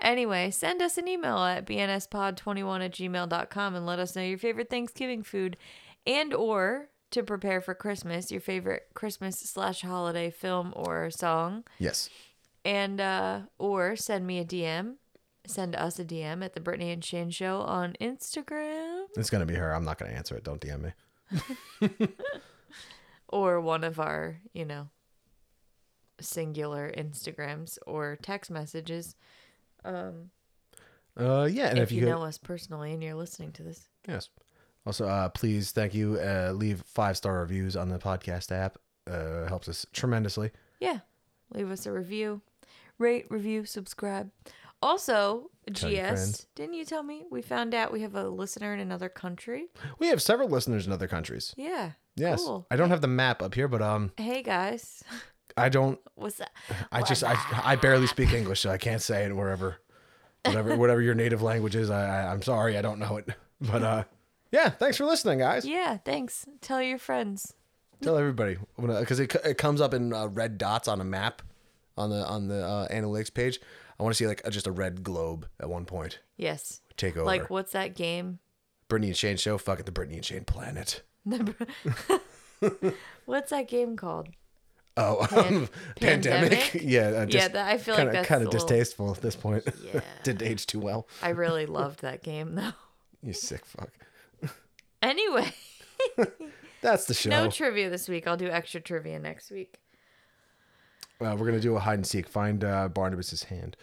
anyway, send us an email at bnspod21 at gmail.com and let us know your favorite Thanksgiving food and or to prepare for Christmas, your favorite Christmas slash holiday film or song.
Yes.
and uh, or send me a DM. Send us a DM at the Brittany and Shane Show on Instagram
It's gonna be her. I'm not gonna answer it. Don't DM me.
or one of our, you know, singular Instagrams or text messages.
Uh, yeah. And
if,
if,
you,
could-
know us personally and you're listening to this,
yes. Also, uh, please thank you. Uh, leave five star reviews on the podcast app. Uh, helps us tremendously.
yeah, leave us a review, rate, review, subscribe. Also,
Tell your
GS,
friends.
didn't you tell me we found out we have a listener in another country?
We have several listeners in other countries.
Yeah.
Yes.
Cool.
I don't have the map up here, but um,
Hey guys,
I don't.
what's up?
I just I, I barely speak English, so I can't say it wherever, whatever whatever your native language is. I, I I'm sorry, I don't know it. But uh, yeah, thanks for listening, guys.
Yeah, thanks. Tell your friends.
Tell everybody because it, it comes up in uh, red dots on a map on the on the uh, analytics page. I want to see like a, just a red globe at one point
Yes.
take over.
Like what's that game?
Brittany and Shane show. Fuck it, the Brittany and Shane planet.
What's that game called?
Oh, um, pandemic.
pandemic?
yeah, uh,
Yeah, that- I feel like
kinda,
that's
kind
a
of
little-
distasteful at this point.
Yeah.
Didn't age too well.
I really loved that game though.
You sick fuck.
Anyway,
That's the show.
no trivia this week. I'll do extra trivia next week.
Uh, we're gonna do a hide and seek. Find uh, Barnabas's hand.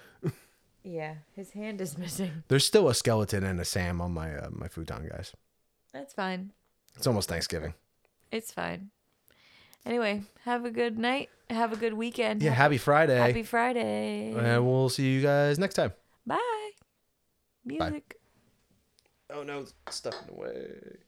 Yeah, his hand is missing.
There's still a skeleton and a Sam on my uh, my futon, guys.
That's fine.
It's almost Thanksgiving.
It's fine. Anyway, have a good night. Have a good weekend.
Yeah, happy Friday,
Happy Friday.
and we'll see you guys next time.
Bye. Music.
Oh no, it's stuffing away.